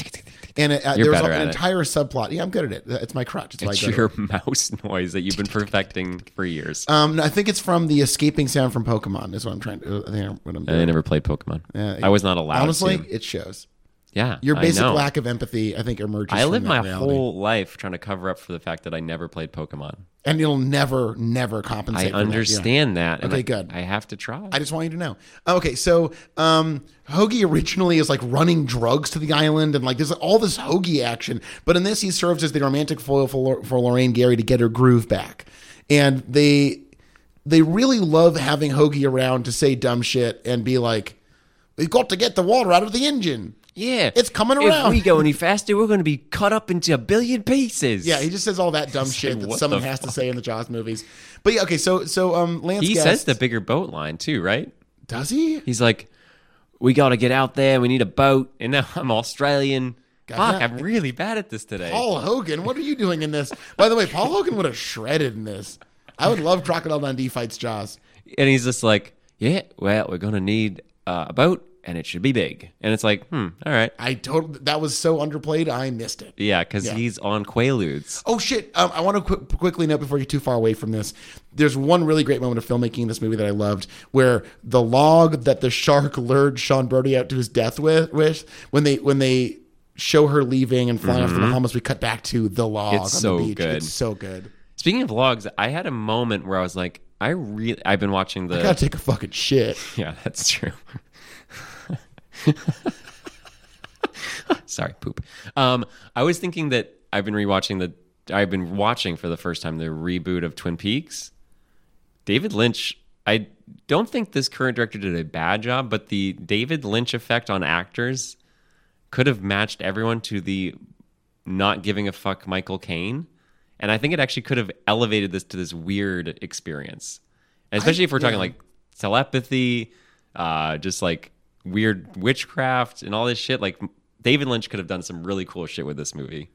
and it, uh, there was better an at it. entire subplot. Yeah, I'm good at it. It's my crutch. It's, my it's your mouse noise that you've been perfecting for years. Um, no, I think it's from the escaping sound from Pokemon. Is what I'm trying to. I think I'm- what I'm I doing. never played Pokemon. Um, Yeah, Uh, I was not allowed Honestly, to. it shows. Yeah. Your I basic know. lack of empathy, I think, emerges. I from lived that my reality. whole life trying to cover up for the fact that I never played Pokemon. and it'll never, never I compensate. for that, yeah. understand that. and Okay, I- good. I have to try. I just want you to know. Okay, so um, Hoagie originally is like running drugs to the island, and like there's all this Hoagie action. But in this, he serves as the romantic foil for, for Lorraine Gary to get her groove back, and they they really love having Hoagie around to say dumb shit and be like, "We've got to get the water out of the engine." yeah. It's coming If around. we go any faster, we're going to be cut up into a billion pieces. Yeah, he just says all that dumb shit that what someone the has to say in the Jaws movies. But yeah, okay, so so um, Lance He Guest- says the bigger boat line too, right? Does he? He's like, "We got to get out there. We need a boat." And now I'm Australian. Fuck, I'm really bad at this today. Paul Hogan, what are you doing in this? By the way, Paul Hogan would have shredded in this. I would love Crocodile Dundee fights Jaws. And he's just like, "Yeah, well, we're going to need uh, a boat, and it should be big." And it's like, "Hmm, all right." I totally that was so underplayed. I missed it. Yeah, because he's on Quaaludes. Oh shit! Um, I want to qu- quickly note before you get too far away from this. There's one really great moment of filmmaking in this movie that I loved, where the log that the shark lured Sean Brody out to his death with, with when they when they show her leaving and flying off to the Bahamas, we cut back to the log Mm-hmm. It's on so the beach. good. It's so good. Speaking of logs, I had a moment where I was like, "I really," I've been watching the. Gotta take a fucking shit. Yeah, that's true. Sorry, poop. Um, I was thinking that I've been rewatching the. I've been watching for the first time the reboot of Twin Peaks. David Lynch. I don't think this current director did a bad job, but the David Lynch effect on actors could have matched everyone to the not giving a fuck Michael Caine. And I think it actually could have elevated this to this weird experience. And especially if we're talking yeah. like telepathy, uh, just like weird witchcraft and all this shit. Like David Lynch could have done some really cool shit with this movie.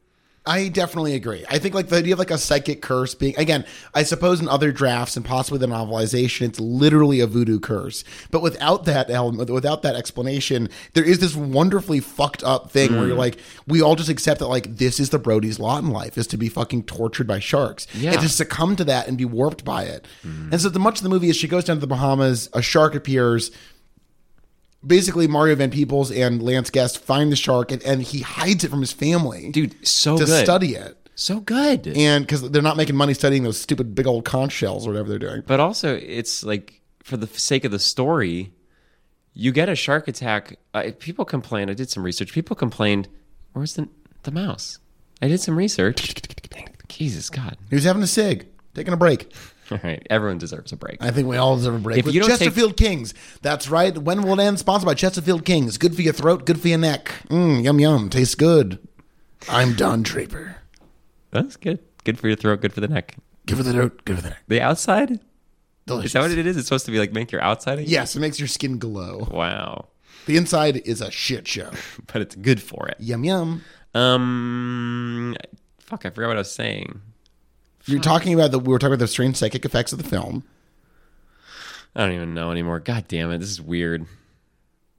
I definitely agree. I think like the idea of like a psychic curse being again, I suppose in other drafts and possibly the novelization, it's literally a voodoo curse. But without that element, without that explanation, there is this wonderfully fucked up thing where you're like, we all just accept that like this is the Brody's lot in life is to be fucking tortured by sharks Yeah. and to succumb to that and be warped by it. And so the much of the movie is she goes down to the Bahamas, a shark appears, basically Mario Van Peebles and Lance Guest find the shark and, and he hides it from his family Dude, so to good. study it. So good. And because they're not making money studying those stupid big old conch shells or whatever they're doing. but also it's like for the sake of the story you get a shark attack uh, people complain i did some research people complained where's the, the mouse i did some research jesus god He was having a cig, taking a break. all right everyone deserves a break I think we all deserve a break. If With you don't take- Chesterfield Kings. That's right. When will it end? Sponsored by Chesterfield Kings. Good for your throat, good for your neck. Mm, yum, yum. Tastes good. I'm Don Draper. that's good good for your throat good for the neck Good for the throat, good for the neck. the outside Delicious. is that what it is it's supposed to be like make your outside again? yes, it makes your skin glow. wow The inside is a shit show. but it's good for it Yum, yum. um fuck i forgot what i was saying You're talking about the, we were talking about the strange psychic effects of the film. I don't even know anymore. God damn it, this is weird.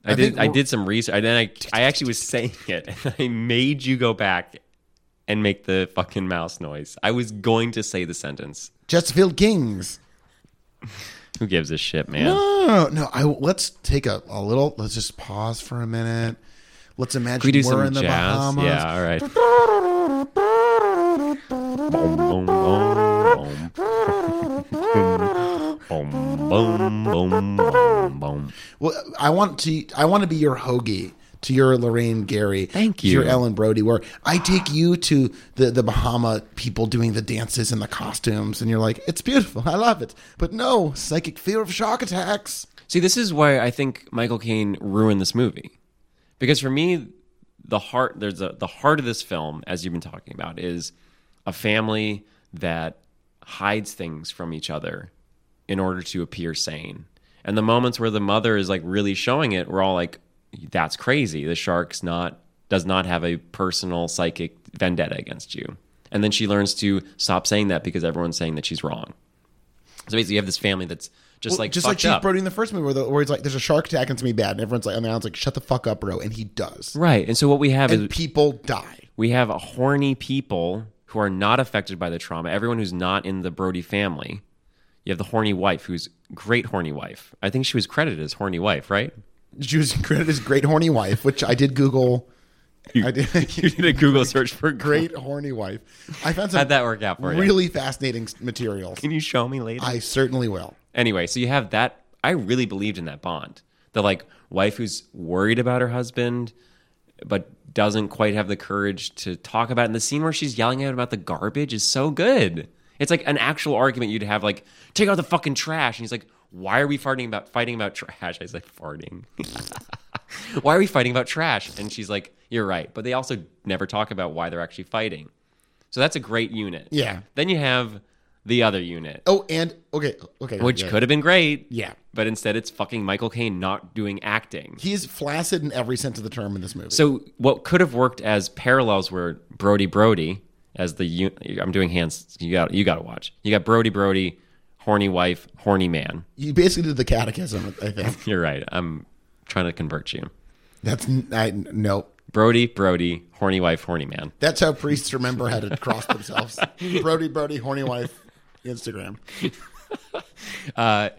I, I think did I we're- did some research and then I I actually was saying it and I made you go back and make the fucking mouse noise. I was going to say the sentence. Chesterfield Kings. Who gives a shit, man? No, no. I let's take a, a little. Let's just pause for a minute. Let's imagine we do are some in the jazz. Bahamas. Yeah, all right. Boom, boom, boom, boom. Boom, boom, boom, boom, boom. Well, I want to. I want to be your hoagie to your Lorraine Gary. Thank to you. your Ellen Brody. Where I take you to the the Bahama people doing the dances and the costumes, and you're like, it's beautiful. I love it. But no psychic fear of shark attacks. See, this is why I think Michael Caine ruined this movie, because for me, the heart there's a, the heart of this film, as you've been talking about, is a family that hides things from each other in order to appear sane. And the moments where the mother is like really showing it, we're all like, "That's crazy." The shark's not does not have a personal psychic vendetta against you. And then she learns to stop saying that because everyone's saying that she's wrong. So basically, you have this family that's just like just fucked like Chief up. Brody in the first movie, where, the, where he's like, "There's a shark attacking to me bad," and everyone's like, on the island's like, "Shut the fuck up, bro," and he does, Right. And so what we have and is people die. we have a horny people who are not affected by the trauma. Everyone who's not in the Brody family. You have the horny wife who's great horny wife. I think she was credited as horny wife, right? She was credited as great horny wife, which I did Google You, I did- you did a Google search for Great horny wife. I found some How'd that work out for you? really fascinating s- materials. Can you show me later? I certainly will. anyway, so you have that. I really believed in that bond. The like wife who's worried about her husband, but doesn't quite have the courage to talk about. It. And the scene where she's yelling at him about the garbage is so good. It's like an actual argument you'd have, like take out the fucking trash. And he's like, "Why are we farting about fighting about trash?" I said, "Farting." why are we fighting about trash? And she's like, "You're right." But they also never talk about why they're actually fighting. So that's a great unit. Yeah. Then you have the other unit Oh, and okay, okay, which yeah. could have been great. Yeah. But instead, it's fucking Michael Caine not doing acting. He is flaccid in every sense of the term in this movie. So what could have worked as parallels were Brody Brody as the u- I'm doing hands. You got you got to watch. You got Brody Brody, horny wife, horny man. you basically did the catechism. I think You're right. I'm trying to convert you. that's n- I no. Brody Brody, horny wife, horny man. That's how priests remember how to cross themselves. Brody, Brody, horny wife, Instagram. The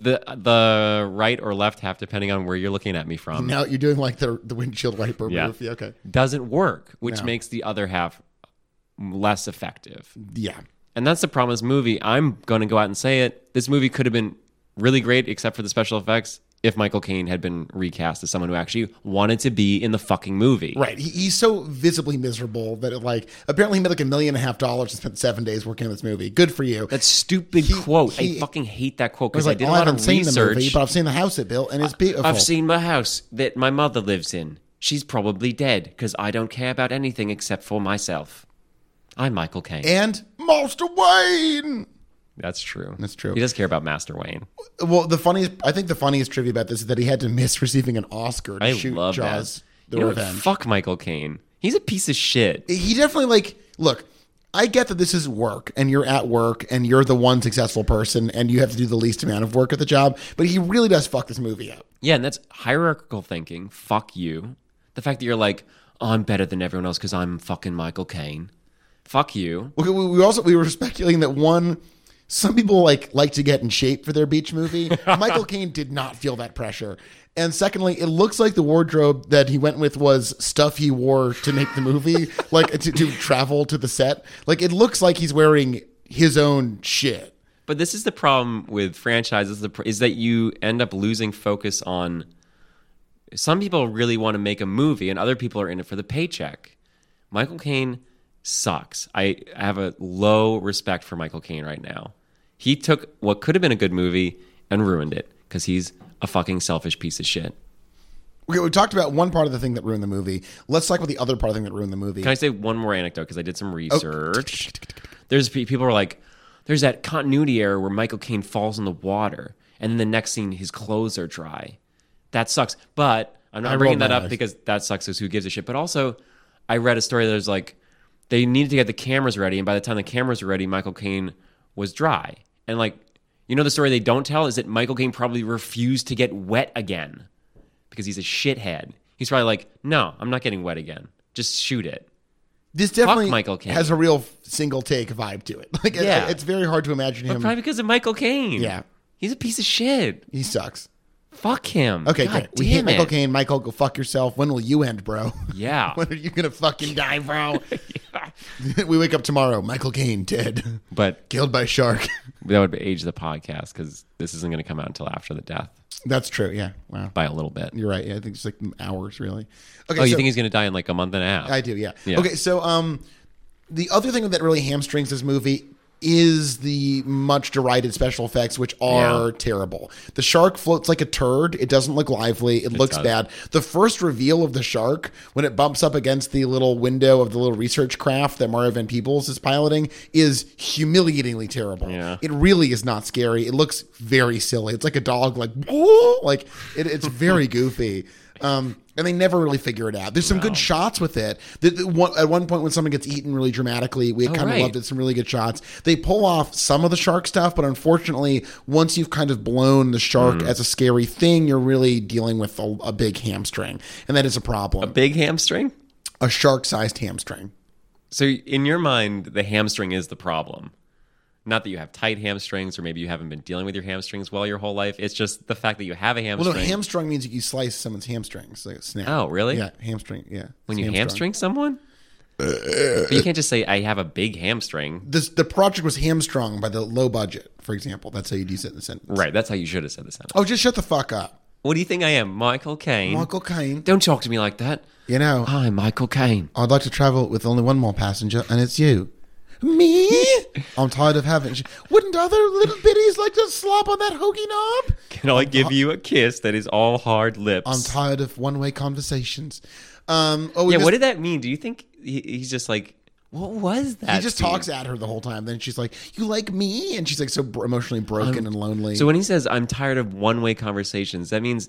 the the right or left half, depending on where you're looking at me from, Now you're doing like the the windshield wiper Yeah. move. Yeah, okay. doesn't work, which No. makes the other half less effective. Yeah. And that's the problem with this movie. I'm going to go out and say it. This movie could have been really great, except for the special effects, if Michael Caine had been recast as someone who actually wanted to be in the fucking movie. Right. He, he's so visibly miserable that it like apparently he made like a million and a half dollars and spent seven days working on this movie. Good for you. That stupid He- quote. he- I fucking hate that quote It's because I did a lot of the research. movie, but I've "Oh, seen the house it built, and it's beautiful. I've seen my house that my mother lives in. She's probably dead because I don't care about anything except for myself. I'm Michael Caine. and Master Wayne. that's true. That's true. He does care about Master Wayne. Well, the funniest, I think, the funniest trivia about this is that he had to miss receiving an Oscar to I shoot love Jaws: that. The You know what? Revenge. Fuck Michael Caine. He's a piece of shit. he definitely like look i get that this is work and you're at work and you're the one successful person and you have to do the least amount of work at the job but he really does fuck this movie up Yeah, and that's hierarchical thinking. Fuck you. The fact that you're like, "Oh, I'm better than everyone else because I'm fucking Michael Caine. Fuck you. we, we we also we were speculating that one some people like like to get in shape for their beach movie michael caine did not feel that pressure and secondly it looks like the wardrobe that he went with was stuff he wore to make the movie like to, to travel to the set like it looks like he's wearing his own shit But this is the problem with franchises the pr- is that you end up losing focus on some people really want to make a movie and other people are in it for the paycheck. Michael Caine sucks. I I have a low respect for Michael Caine right now. He took what could have been a good movie and ruined it because he's a fucking selfish piece of shit. Okay, we talked about one part of the thing that ruined the movie. Let's talk about the other part of the thing that ruined the movie. Can I say one more anecdote? Because I did some research. There's pe- people were like, there's that continuity error where Michael Caine falls in the water, and then the next scene his clothes are dry. That sucks. But I'm not rolled bringing that my up eyes. because that sucks. Because who gives a shit? But also, I read a story that was like, they needed to get the cameras ready, and by the time the cameras were ready, Michael Caine was dry. And like, you know, the story they don't tell is that Michael Caine probably refused to get wet again because he's a shithead. He's probably like, no, I'm not getting wet again. Just shoot it. this definitely Michael Caine. has a real single take vibe to it. Like, it- Yeah. it's very hard to imagine him. Probably because of Michael Caine. Yeah. He's a piece of shit. he sucks. Fuck him. Okay, God great. we hate damn Michael it. Caine. Michael, go fuck yourself. When will you end, bro? Yeah. when are you gonna fucking die, bro? we wake up tomorrow. Michael Caine dead, But killed by shark. that would age the podcast because this isn't going to come out until after the death That's true. Yeah. Wow. by a little bit. You're right. Yeah, I think it's like hours, really. Okay. oh, you so- think he's going to die in like a month and a half? I do, yeah. Yeah. Okay, so um, the other thing that really hamstrings this movie is the much derided special effects, which are terrible. The shark floats like a turd. It doesn't look lively. It, looks doesn't. bad. The first reveal of the shark when it bumps up against the little window of the little research craft that Mario Van Peebles is piloting is humiliatingly terrible. Yeah. It really is not scary. It looks very silly. It's like a dog, like "Whoa!" like it, it's very goofy. Um, and they never really figure it out. There's some good shots with it. The, the one, at one point, when someone gets eaten really dramatically, we kind of Oh, right. loved it. Some really good shots. They pull off some of the shark stuff, but unfortunately, once you've kind of blown the shark Mm. as a scary thing, you're really dealing with a, a big hamstring, and that is a problem. Big hamstring? A shark-sized hamstring. So in your mind, the hamstring is the problem. not that you have tight hamstrings or maybe you haven't been dealing with your hamstrings well your whole life. It's just the fact that you have a Well, hamstring. no, hamstrung means you slice someone's hamstrings, like a snap. oh, really? Yeah, hamstring. Yeah. it's When you hamstrung. hamstring someone? But you can't just say I have a big hamstring. This, the project was hamstrung by the low budget, for example. That's how you do it in the sentence. Right, that's how you should have said the sentence. Oh, just shut the fuck up. What do you think I am, Michael Caine? Michael Caine. Don't talk to me like that. You know, Hi, Michael Caine. I'd like to travel with only one more passenger, and it's you. Me? I'm tired of having. Wouldn't other little biddies like to slop on that hoogie knob? Can I give you a kiss that is all hard lips? I'm tired of one-way conversations. Um, oh, he yeah, just, what did that mean? Do you think he, he's just like, what was that? he just scene?" talks at her the whole time. Then she's like, "You like me?" And she's like so bro- emotionally broken and lonely. So when he says, I'm tired of one way conversations, that means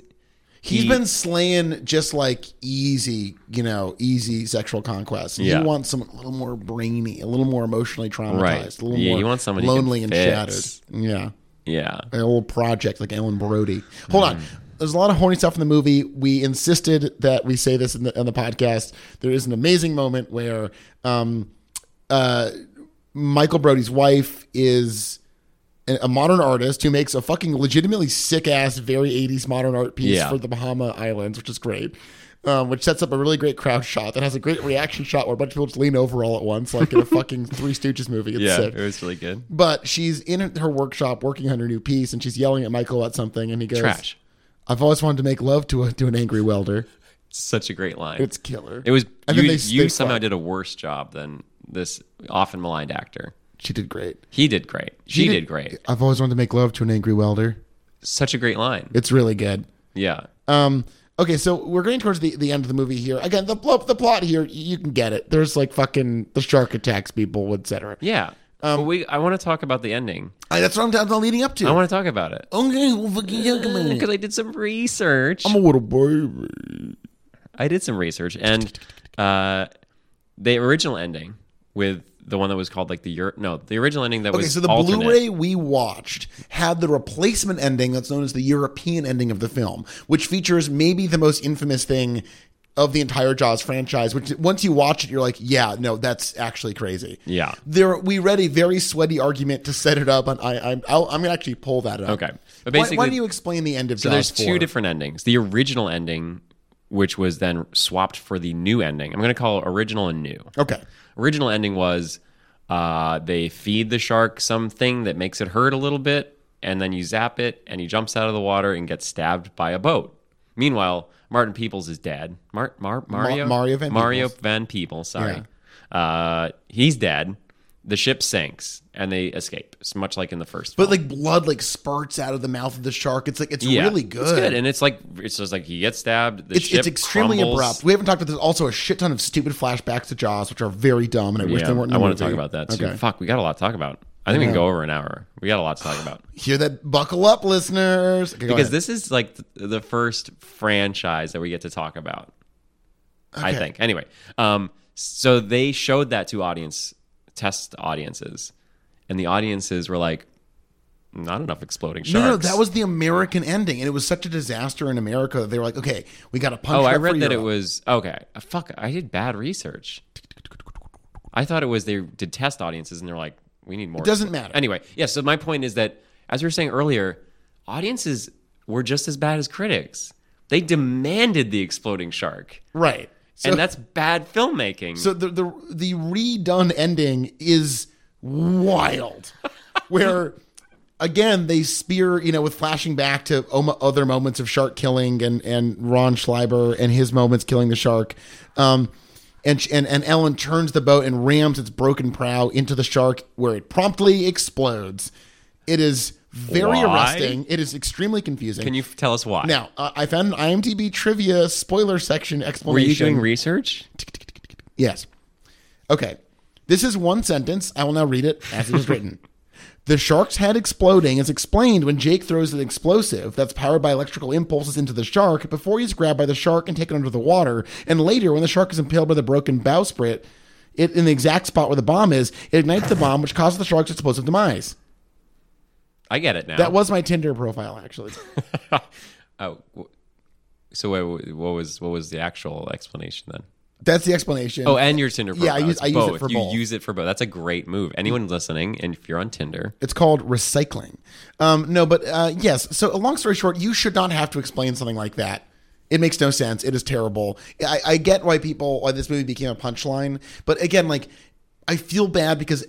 He's he- been slaying just like easy, you know, easy sexual conquest. And Yeah. He wants someone a little more brainy, a little more emotionally traumatized, Right. a little Yeah, more you want someone you can lonely and fix. shattered. Yeah. yeah. An old project like Ellen Brody. Hold on. There's a lot of horny stuff in the movie. We insisted that we say this in the, on the podcast. There is an amazing moment where um, uh, Michael Brody's wife is a a modern artist who makes a fucking legitimately sick ass, very 80s modern art piece Yeah. for the Bahama Islands, which is great. Um, which sets up a really great crowd shot that has a great reaction shot where a bunch of people just lean over all at once, like in a fucking Three Stooges movie. It's Yeah, sick. it was really good. But she's in her workshop working on her new piece, and she's yelling at Michael at something, and he goes, Trash. "I've always wanted to make love to a, to an angry welder. Such a great line. It's killer." it was, And you, then they- you they somehow fuck. did a worse job than this often maligned actor. she did great. He did great. She, did, great. I've always wanted to make love to an angry welder. Such a great line. It's really good. Yeah. Um, okay, so we're getting towards the, the end of the movie here. Again, the pl- the plot here, you can get it. There's like fucking the shark attacks people, etc. Yeah. but we, I want to talk about the ending. Um, That's what I'm, that's what I'm leading up to. Oh I want to talk about it. okay, well, fucking yeah, come on. Because I did some research. I'm a little baby. I did some research, and uh, the original ending with the one that was called like the Euro- no, the original ending that Okay, was so the alternate. Blu-ray we watched had the replacement ending that's known as the European ending of the film, which features maybe the most infamous thing of the entire Jaws franchise. Which once you watch it, you're like, yeah, no, that's actually crazy. Yeah. there we read a very sweaty argument to set it up, and I, I'm I'll, I'm gonna actually pull that up. Okay. But Why- why, basically- don't you explain the end of So Jaws? there's two 4? different endings. The original ending, which was then swapped for the new ending. I'm going to call it original and new. Okay, Original ending was uh, they feed the shark something that makes it hurt a little bit, and then you zap it, and he jumps out of the water and gets stabbed by a boat. Meanwhile, Martin Peoples is dead. Mar- Mar- Mario Mario Van Mario Peebles. Van Peebles. Sorry, uh, he's dead. The ship sinks, and they escape. It's much like in the first. but like blood like spurts out of the mouth of the shark. It's like it's really good. It's good, and it's like it's just like he gets stabbed. The It's, ship it's extremely crumbles. abrupt. We haven't talked about this. Also, a shit ton of stupid flashbacks to Jaws, which are very dumb, and I wish Yeah, they weren't. In I the want movie. to talk about that too. Okay. Fuck, we got a lot to talk about. I think we can go over an hour. We got a lot to talk about Hear that? Buckle up, listeners. Okay, go because ahead. this is like th- the first franchise that we get to talk about. I Okay. think. Anyway, um, so they showed that to audience test audiences, and the audiences were like, "Not enough exploding sharks." no, no, that was the American ending, and it was such a disaster in America that they were like, okay, we got to punch. Oh, it up I for read that it Europe. was okay. uh, Fuck, I did bad research. I thought it was they did test audiences and they're like, we need more. It doesn't matter. Anyway, yeah. So my point is that as we were saying earlier, audiences were just as bad as critics. They demanded the exploding shark, right, so, and that's bad filmmaking. so the, the the redone ending is wild, where. Again, they spear, you know, with flashing back to om- other moments of shark killing and, and Ron Schleiber and his moments killing the shark. Um, and, and and Ellen turns the boat and rams its broken prow into the shark, where it promptly explodes. It is very Why? arresting. It is extremely confusing. Can you f- tell us why? Now, uh, I found an IMDb trivia spoiler section were explanation. you doing research? yes. Okay. This is one sentence. I will now read it as it was written. The shark's head exploding is explained when Jake throws an explosive that's powered by electrical impulses into the shark before he's grabbed by the shark and taken under the water, and later when the shark is impaled by the broken bowsprit, it in the exact spot where the bomb is, it ignites the bomb, which causes the shark's explosive demise. I get it now. That was my Tinder profile, actually. oh, w- so wait, wh- what was what was the actual explanation then? That's the explanation. Oh, and your Tinder Yeah, profile. I use- It's I use it both. for you both. Mm. use it for both. That's a great move. Anyone listening, and if you're on Tinder, It's called recycling. Um, no, but uh, yes. So, a long story short, you should not have to explain something like that. It makes no sense. It is terrible. I, I get why people why this movie became a punchline, but again, like I feel bad because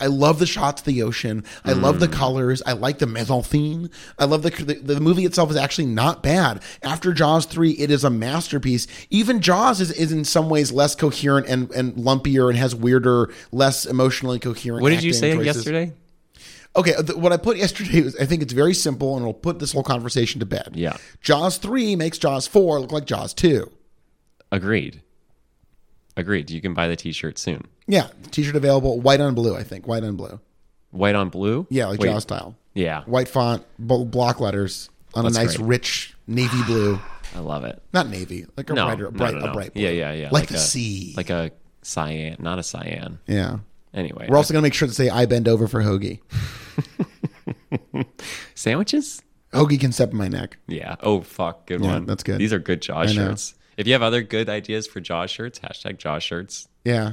I love the shots of the ocean. I love Hmm. the colors. I like the maison theme. I love the, the the movie itself is actually not bad. After Jaws three, it is a masterpiece. Even Jaws is, is in some ways less coherent and and lumpier and has weirder, less emotionally coherent. what did you say acting choices. yesterday? Okay, th- what I put yesterday was I think it's very simple and it'll put this whole conversation to bed. Yeah. Jaws 3 makes Jaws 4 look like Jaws 2. Agreed. Agreed. You can buy the T-shirt soon. Yeah, t shirt available, white on blue, I think. White on blue. White on blue. Yeah, like Wait, Jaws style. Yeah, White font, bo- block letters on a That's nice, great. rich navy blue. I love it. Not navy, like a No, brighter, no, bright, no, a no. bright blue. Yeah, yeah, yeah. Like, the sea. Like a cyan, not a cyan. yeah. Anyway, We're also going to make sure to say, I bend over for Hoagie. sandwiches. Hoagie can step in my neck. Yeah. Oh fuck, good one. that's good. These are good Jaws know. shirts. If you have other good ideas for Jaws shirts, hashtag Jaws shirts. Yeah.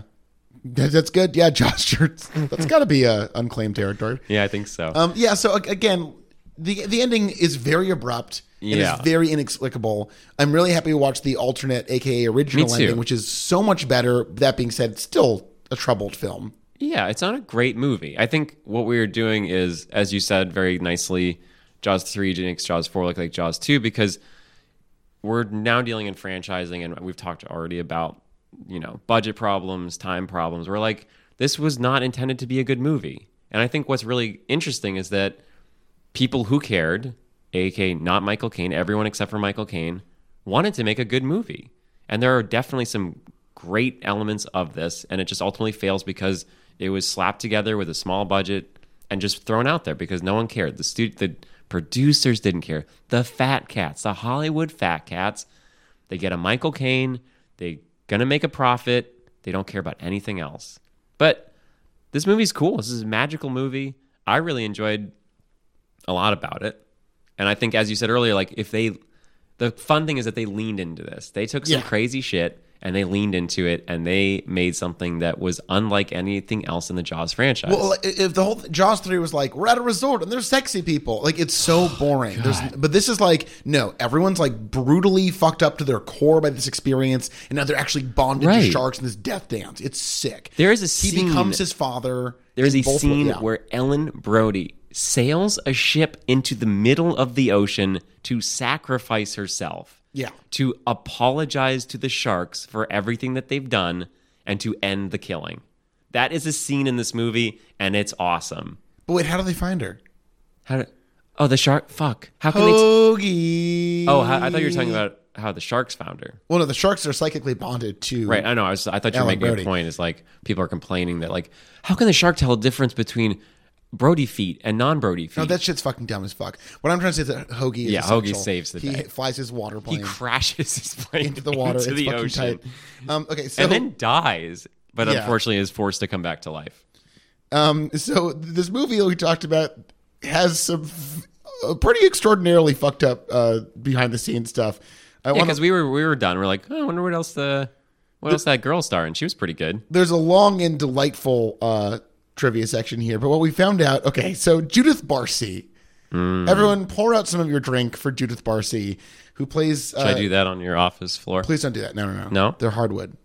That- That's good. Yeah, Jaws shirts. That's got to be uh, unclaimed territory. Yeah, I think so. Um, yeah. So ag- again, the the ending is very abrupt. and Yeah. it's very inexplicable. I'm really happy to watch the alternate, aka original Me too. ending, which is so much better. That being said, it's still a troubled film. Yeah, it's not a great movie. I think what we are doing is, as you said very nicely, Jaws 3 didn't make Jaws 4 look like Jaws 2 because we're now dealing in franchising and we've talked already about, you know, budget problems, time problems. We're like, this was not intended to be a good movie. And I think what's really interesting is that people who cared, aka not Michael Caine, everyone except for Michael Caine, wanted to make a good movie. And there are definitely some great elements of this, and it just ultimately fails because it was slapped together with a small budget and just thrown out there because no one cared. The stu- the producers didn't care. The fat cats, the Hollywood fat cats, they get a Michael Caine, they gonna make a profit. They don't care about anything else. But this movie's cool. This is a magical movie. I really enjoyed a lot about it. And I think, as you said earlier, like if they, the fun thing is that they leaned into this. They took some Yeah. crazy shit and they leaned into it and they made something that was unlike anything else in the Jaws franchise. Well, like, if the whole Jaws three was like we're at a resort and there's sexy people, like it's so boring. There's, but this is like no, everyone's like brutally fucked up to their core by this experience, and now they're actually bonded to Right. sharks in this death dance. It's sick. There is a he scene- becomes his father. There is in a both- scene yeah. where Ellen Brody sails a ship into the middle of the ocean to sacrifice herself. Yeah. To apologize to the sharks for everything that they've done and to end the killing. That is a scene in this movie and it's awesome. But wait, how do they find her? How do, Oh, the shark fuck. How can they Hoagie. Oh, how, I thought you were talking about how the sharks found her. Well, no, the sharks are psychically bonded to. Right, I know. I, was, I thought you were Ellen making Brody. a point. Is like people are complaining that like, how can the shark tell the difference between Brody feet and non-Brody feet? No, that shit's fucking dumb as fuck. What I'm trying to say is that Hoagie. Is Yeah, Hoagie essential. saves the He day. flies his water he plane crashes his plane into the water. into it's the fucking ocean, tight. Um, okay, so and then dies. But Yeah. unfortunately, is forced to come back to life. um, so this movie that we talked about has some f- uh, pretty extraordinarily fucked up uh, behind the scenes stuff. I Yeah, want because we were we were done. We're like, oh, I wonder what else the what else that girl star, and she was pretty good. there's a long and delightful uh, trivia section here, but what we found out, okay, so Judith Barcy. Everyone, pour out some of your drink for Judith Barcy, who plays. Did Uh, I do that on your office floor? please don't do that. No, no, no. No? they're hardwood.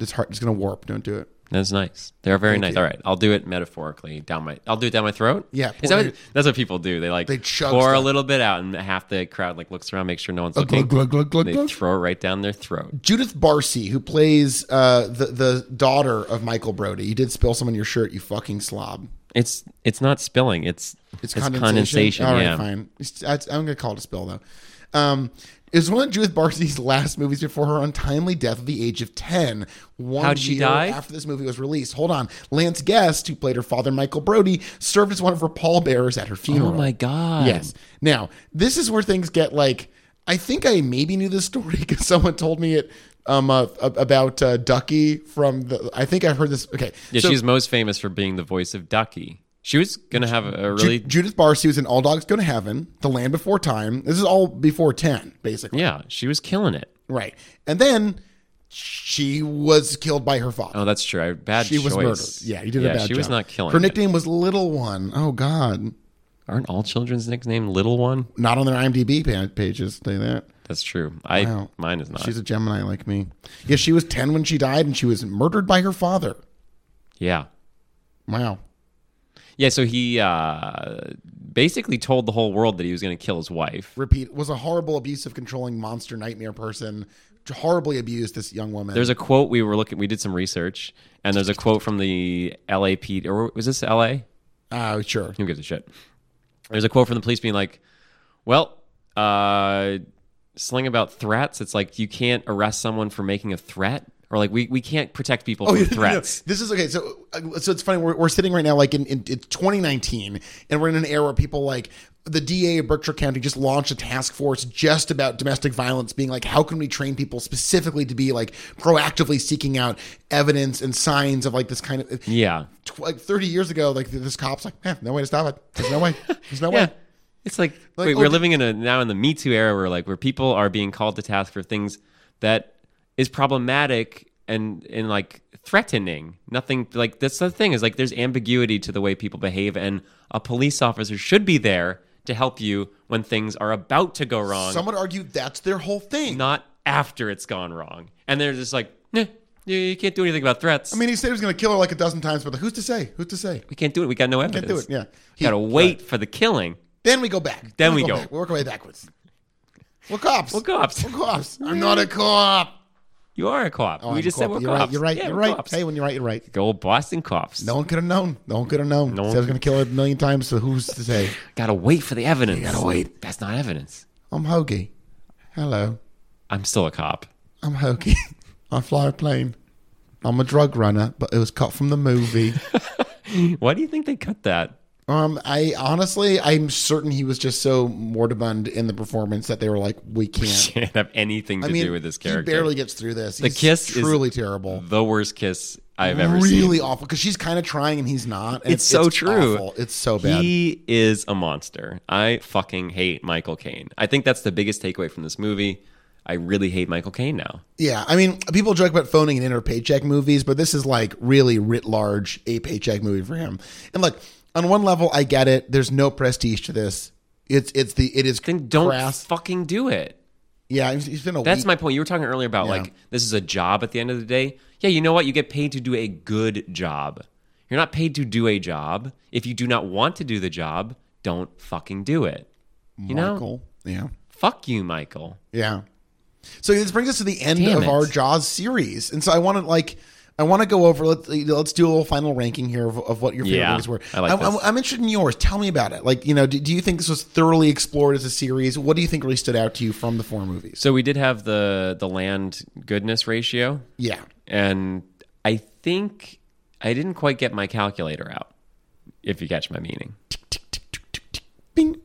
It's hard. It's gonna warp. Don't do it. That's nice. They're very nice. All right, I'll do it metaphorically down my. I'll do it down my throat. Yeah, Is that pour- what, that's what people do. They like They chug pour a stuff. little bit out, and half the crowd like looks around, make sure no one's Glug, looking. glug, glug, glug, They glug. throw it right down their throat. Judith Barcy, who plays uh, the the daughter of Michael Brody. You did spill some on your shirt. You fucking slob. It's it's not spilling. It's it's, condensation. condensation. All right, yeah. fine. It's- I- I'm going to call it a spill, though. Um, it was one of Judith Barcy's last movies before her untimely death at the age of 10. One How'd she year die? After this movie was released. Hold on. Lance Guest, who played her father, Michael Brody, served as one of her pallbearers at her funeral. Oh my god. Yes. Now, this is where things get like. I think I maybe knew this story because someone told me it um, uh, ab- about uh, Ducky from the. I think I've heard this. Okay. Yeah, so- she's most famous for being the voice of Ducky. She was gonna have a Ju- really Judith Barcy was in All Dogs Go to Heaven, The Land Before Time. This is all before 10, basically. yeah. She was killing it. Right. And then She was killed by her father. Oh, that's true. I- Bad she was choice. murdered. Yeah, you did yeah, a bad She was job. not killing. Her it. nickname was Little One. Oh God, Aren't all children's nicknamed Little One? not on their IMDb pa- pages. Say that. That's true. I Wow. mine is not. She's a Gemini like me. Yeah, she was ten when she died, and she was murdered by her father. yeah. Wow. Yeah, so he uh, basically told the whole world that he was going to kill his wife. Repeat was a horrible, abusive, controlling monster nightmare person. Horribly abused this young woman. There's a quote we were looking. We did some research, and there's a quote from the LAPD, or was this LA? oh sure. Who gives a shit? There's a quote from the police being like, "Well, uh, sling about threats. It's like you can't arrest someone for making a threat, or like we, we can't protect people from Oh, yeah, threats." no, this is okay. So, uh, so it's funny. We're, we're sitting right now, like in, in it's 2019, and we're in an era where people like the DA of Berkshire County just launched a task force just about domestic violence, being like, how can we train people specifically to be like proactively seeking out evidence and signs of like this kind of uh, Yeah, tw- like 30 years ago, like this cop's like, eh, no way to stop it. There's no way. There's no yeah. way. It's like, Like, wait, oh, we're did- living in a now in the Me Too era where like where people are being called to task for things that is problematic and and like threatening. Nothing like that's the thing is like there's ambiguity to the way people behave, and a police officer should be there to help you when things are about to go wrong, Some would argue that's their whole thing. not after it's gone wrong. And they're just like, nah, you, you can't do anything about threats. I mean, he said he was going to kill her like a dozen times, but who's to say? Who's to say? we can't do it. We got no evidence. Can't do it. Yeah. You gotta He- wait for the killing. Then we go back. Then we go. back. We work our way backwards. We're cops. We're cops. We're cops. I'm not a cop. You are a cop. Oh, we I'm just a said cop. we're you're cops. Right, you're right. Yeah, you're we're right. cops. Hey, when you're right, you're right. Go Boston cops. No one could have known. No one could have known. one Said I was going to kill her a million times, so who's to say? Gotta wait for the evidence. gotta wait. That's not evidence. I'm Hoagie. Hello. I'm still a cop. I'm Hoagie. I fly a plane. I'm a drug runner, but it was cut from the movie. Why do you think they cut that? Um, I honestly, I'm certain he was just so moribund in the performance that they were like, "We can't." Can't have anything to I mean, do with this he character. barely gets through this. The kiss is truly terrible, The worst kiss I've ever seen. really awful. Because she's kind of trying and he's not. and It's so true. awful. It's so bad. He is a monster. I fucking hate Michael Caine. I think that's the biggest takeaway from this movie. I really hate Michael Caine now. yeah, I mean, people joke about phoning it in or paycheck movies, but this is like really writ large a paycheck movie for him. And look, on one level, I get it. There's no prestige to this. It's it's the it is Then don't crass. fucking do it. Yeah, he's- he's been a That's weak- my point. You were talking earlier about like this is a job at the end of the day. Yeah, you know what? You get paid to do a good job. You're not paid to do a job. If you do not want to do the job, don't fucking do it. You know? Michael. Yeah. Fuck you, Michael. Yeah. So this brings us to the end Damn of it. our Jaws series, and so I want to like. I want to go over. Let's let's do a little final ranking here of, of what your favorite Yeah, movies were. I like I'm, I'm- this. I'm interested in yours. Tell me about it. Like, you know, do, do you think this was thoroughly explored as a series? What do you think really stood out to you from the four movies? So we did have the the land goodness ratio, Yeah, and I think I didn't quite get my calculator out. If you catch my meaning, Bing.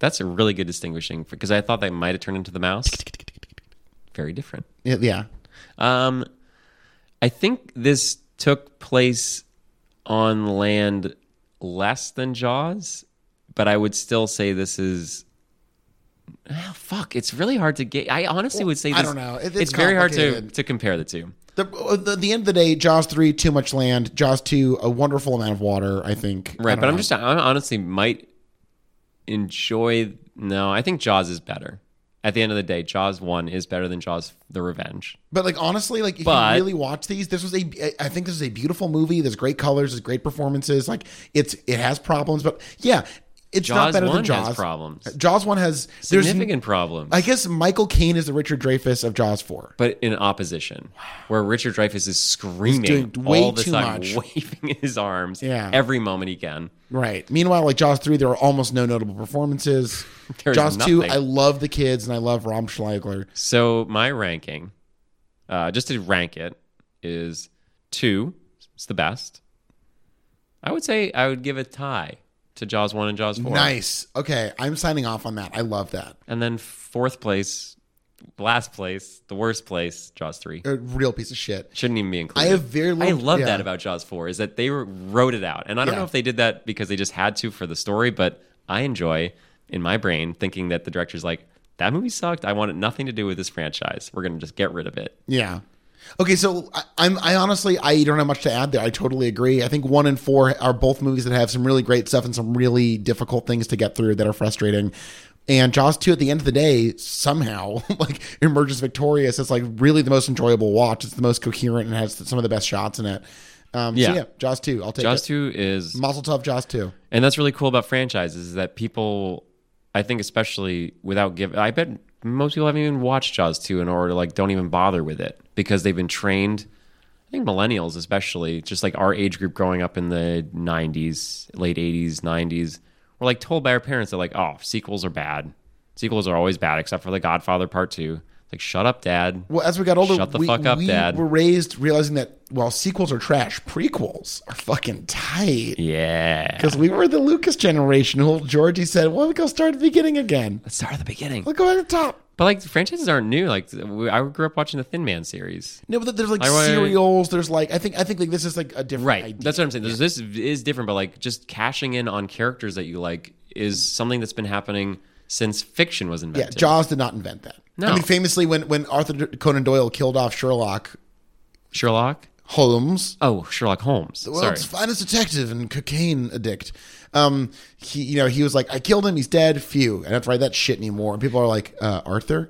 that's a really good distinguishing because I thought that might have turned into the mouse. Very different. Yeah, yeah. Um, I think this took place on land less than Jaws, but I would still say this is. Ah, fuck, it's really hard to get. I honestly would say this, I don't know. It- it's it's very hard to, complicated. to compare the two. The, uh, the the end of the day, Jaws three, too much land. Jaws two, a wonderful amount of water. I think. I Right, don't but I'm know. just, I honestly might enjoy. No, I think Jaws is better. At the end of the day, Jaws 1 is better than Jaws the Revenge. But like honestly, like if But- you really watch these, this was a I think this is a beautiful movie. There's great colors, there's great performances. Like it's it has problems, but yeah, it's not Jaws better 1 than Jaws. has problems. Jaws one has there's Significant problems. I guess Michael Caine is the Richard Dreyfuss of Jaws four. but in opposition, where Richard Dreyfuss is screaming He's doing way all the too time, much. waving his arms Yeah. every moment he can. Right. Meanwhile, like Jaws three, there are almost no notable performances. There's Jaws two, nothing. I love the kids and I love Rom Schleigler. So my ranking, uh, just to rank it, is two. It's the best. I would say I would give a tie to Jaws one and Jaws four, Nice. Okay, I'm signing off on that. I love that. and then fourth place, last place, the worst place, Jaws three. A real piece of shit. Shouldn't even be I included. have very I little. love yeah. that about Jaws 4 is that they wrote it out. And I don't Yeah. know if they did that because they just had to for the story, but I enjoy in my brain thinking that the director's like, that movie sucked. I wanted nothing to do with this franchise. We're going to just get rid of it. Yeah. Okay, so I, I'm I honestly I don't have much to add there. I totally agree. I think one and four are both movies that have some really great stuff and some really difficult things to get through that are frustrating. And Jaws two at the end of the day somehow like emerges victorious. It's like really the most enjoyable watch. It's the most coherent and has some of the best shots in it. Um, yeah, Yeah. so yeah, Jaws two. I'll take Jaws it. 2 is Mazel tov, Jaws two. And that's really cool about franchises is that people, I think, especially without give, I bet most people haven't even watched Jaws two in order, like, don't even bother with it because they've been trained. I think millennials, especially, just like our age group growing up in the '90s, late '80s, '90s, were like told by our parents that like, oh, sequels are bad. Sequels are always bad, except for The Godfather Part Two. Like, shut up, Dad. Well, as we got older, Shut the we, fuck up, we Dad. were raised realizing that while sequels are trash, prequels are fucking tight. Yeah. Because we were the Lucas generation. Who Georgie said, "Well, we go start at the beginning again. Let's start at the beginning. We'll go at the top." But like, franchises aren't new. Like, we- I grew up watching the Thin Man series. No, but there's like I- I- cereals. There's like I think I think like this is like a different Right. idea. That's what I'm saying. This, this is different, but like just cashing in on characters that you like is something that's been happening since fiction was yeah, invented. Jaws did not invent that. No. I mean, famously, when when Arthur Conan Doyle killed off Sherlock Sherlock. Holmes, Oh, Sherlock Holmes. the Sorry. world's finest detective and cocaine addict, um, he you know he was like, "I killed him. He's dead. Phew. I don't have to write that shit anymore." And people are like, uh, "Arthur,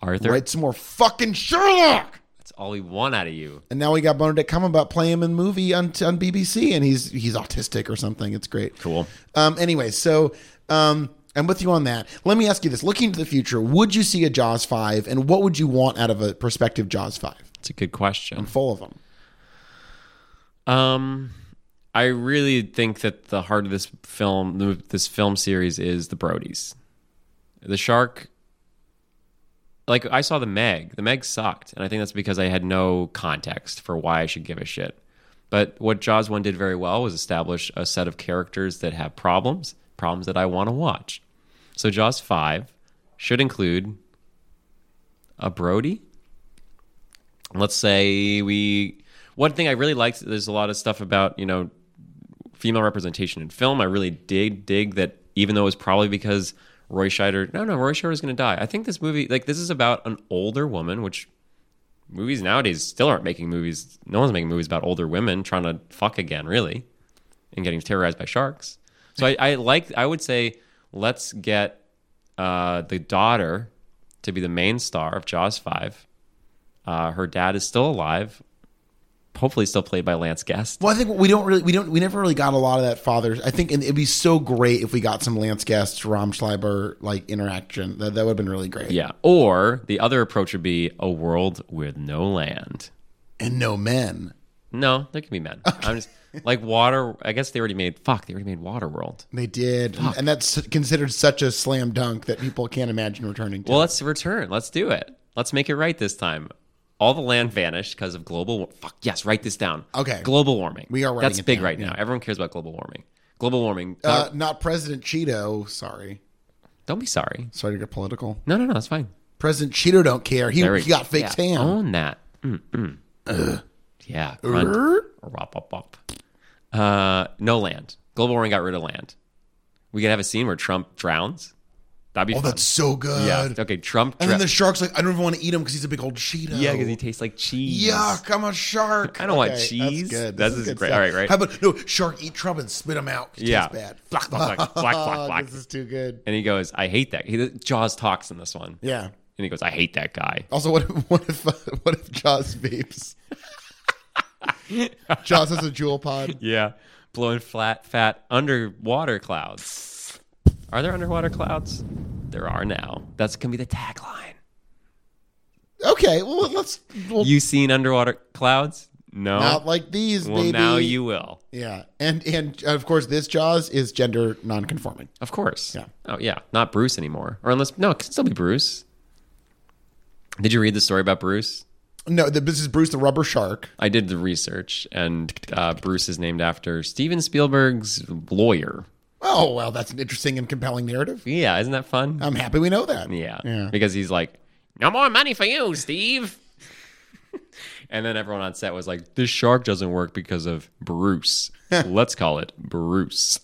Arthur. write some more fucking Sherlock." That's all we want out of you. and now we got Benedict Cumberbatch playing him in movie on on BBC, and he's he's autistic or something. It's great. Cool. Um. Anyway, so um, I'm with you on that. Let me ask you this: Looking to the future, would you see a Jaws five, and what would you want out of a prospective Jaws five? It's a good question. Full of them. Um, I really think that the heart of this film, this film series, is the Brodies. The shark. Like I saw the Meg. The Meg sucked, and I think that's because I had no context for why I should give a shit. But what Jaws one did very well was establish a set of characters that have problems, problems that I want to watch. So Jaws five should include a Brody let's say we one thing i really liked there's a lot of stuff about you know female representation in film i really did dig that even though it was probably because roy scheider no no roy scheider's going to die i think this movie like this is about an older woman which movies nowadays still aren't making movies no one's making movies about older women trying to fuck again really and getting terrorized by sharks so i, I like i would say let's get uh, the daughter to be the main star of jaws 5 uh, her dad is still alive, hopefully still played by Lance Guest. Well, I think we don't really we don't we never really got a lot of that father. I think and it'd be so great if we got some Lance Guest, Rom Schreiber like interaction. That that would have been really great. Yeah. Or the other approach would be a world with no land. And no men. No, there can be men. I'm just like water. I guess they already made fuck. They already made Waterworld. They did, and, and that's considered such a slam dunk that people can't imagine returning to. Well, let's return. Let's do it. Let's make it right this time. All the land vanished because of global. war- Fuck yes, write this down. Okay. Global warming. We are writing That's it big down, right now. Everyone cares about global warming. Global warming. Uh, not President Cheeto. Sorry. don't be sorry. Sorry to get political. No, no, no. That's fine. President Cheeto don't care. He, Very- he got fake yeah, tan. Own that. Mm, mm. Yeah. grunt. Err? Wop, wop, wop. Uh, no land. Global warming got rid of land. We could have a scene where Trump drowns. That'd be Oh, fun. that's so good. yeah. Okay, Trump. And then drowns. the shark's like, I don't even want to eat him because he's a big old Cheeto. yeah, because he tastes like cheese. Yuck, I'm a shark. I don't want cheese. That's good. This This is good great. stuff. All right, right. How about no shark eat Trump and spit him out? 'cause it Yeah. tastes bad. Black, black, black, black, black, black. This is too good. And he goes, "I hate that." He, Jaws talks in this one, Yeah. and he goes, "I hate that guy." Also, what if what if uh, what if Jaws vapes? Jaws has a jewel pod. Yeah, blowing flat, fat underwater clouds. Are there underwater clouds? There are now. That's gonna be the tagline. Okay, well let's we'll You seen underwater clouds? No. not like these, well, baby. now you will. Yeah, and and of course, this Jaws is gender non-conforming. Of course. Yeah. Oh yeah, not Bruce anymore. Or unless no, it can still be Bruce. Did you read the story about Bruce? No, the, this is Bruce the Rubber Shark. I did the research, and uh, Bruce is named after Steven Spielberg's lawyer. Oh well, that's an interesting and compelling narrative. Yeah, isn't that fun? I'm happy we know that. yeah. Oh. yeah. Because he's like, no more money for you, Steve. and then everyone on set was like, this shark doesn't work because of Bruce. Let's call it Bruce.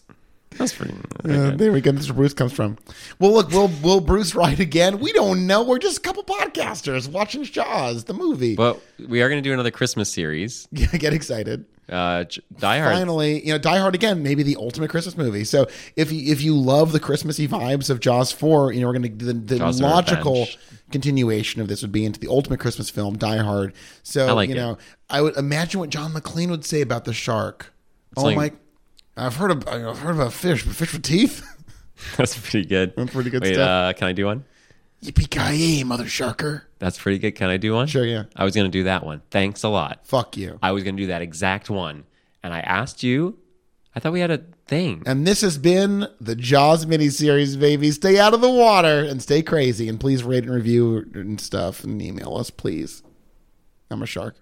That's pretty. pretty Uh, good. there we go. That's where Bruce comes from. Well, look, will will Bruce write again? We don't know. We're just a couple podcasters watching Jaws, the movie. But we are going to do another Christmas series. Get excited. Uh, J- Die Hard. Finally, you know, Die Hard again, maybe the ultimate Christmas movie. So if you, if you love the Christmassy vibes of Jaws four, you know, we're gonna the, the Jaws and logical Revenge. continuation of this would be into the ultimate Christmas film, Die Hard. So like you it. know, I would imagine what John McClane would say about the shark. oh like- my! I've heard of I've heard about fish, but fish with teeth. That's pretty good. That's pretty good Wait, stuff. Uh, can I do one? Yippee ki yay, mother sharker! That's pretty good. Can I do one? Sure, yeah. I was going to do that one. Thanks a lot. Fuck you. I was going to do that exact one. And I asked you. I thought we had a thing. Mm-hmm. And this has been the Jaws miniseries, baby. Stay out of the water and stay crazy. And please rate and review and stuff and email us, please. I'm a shark.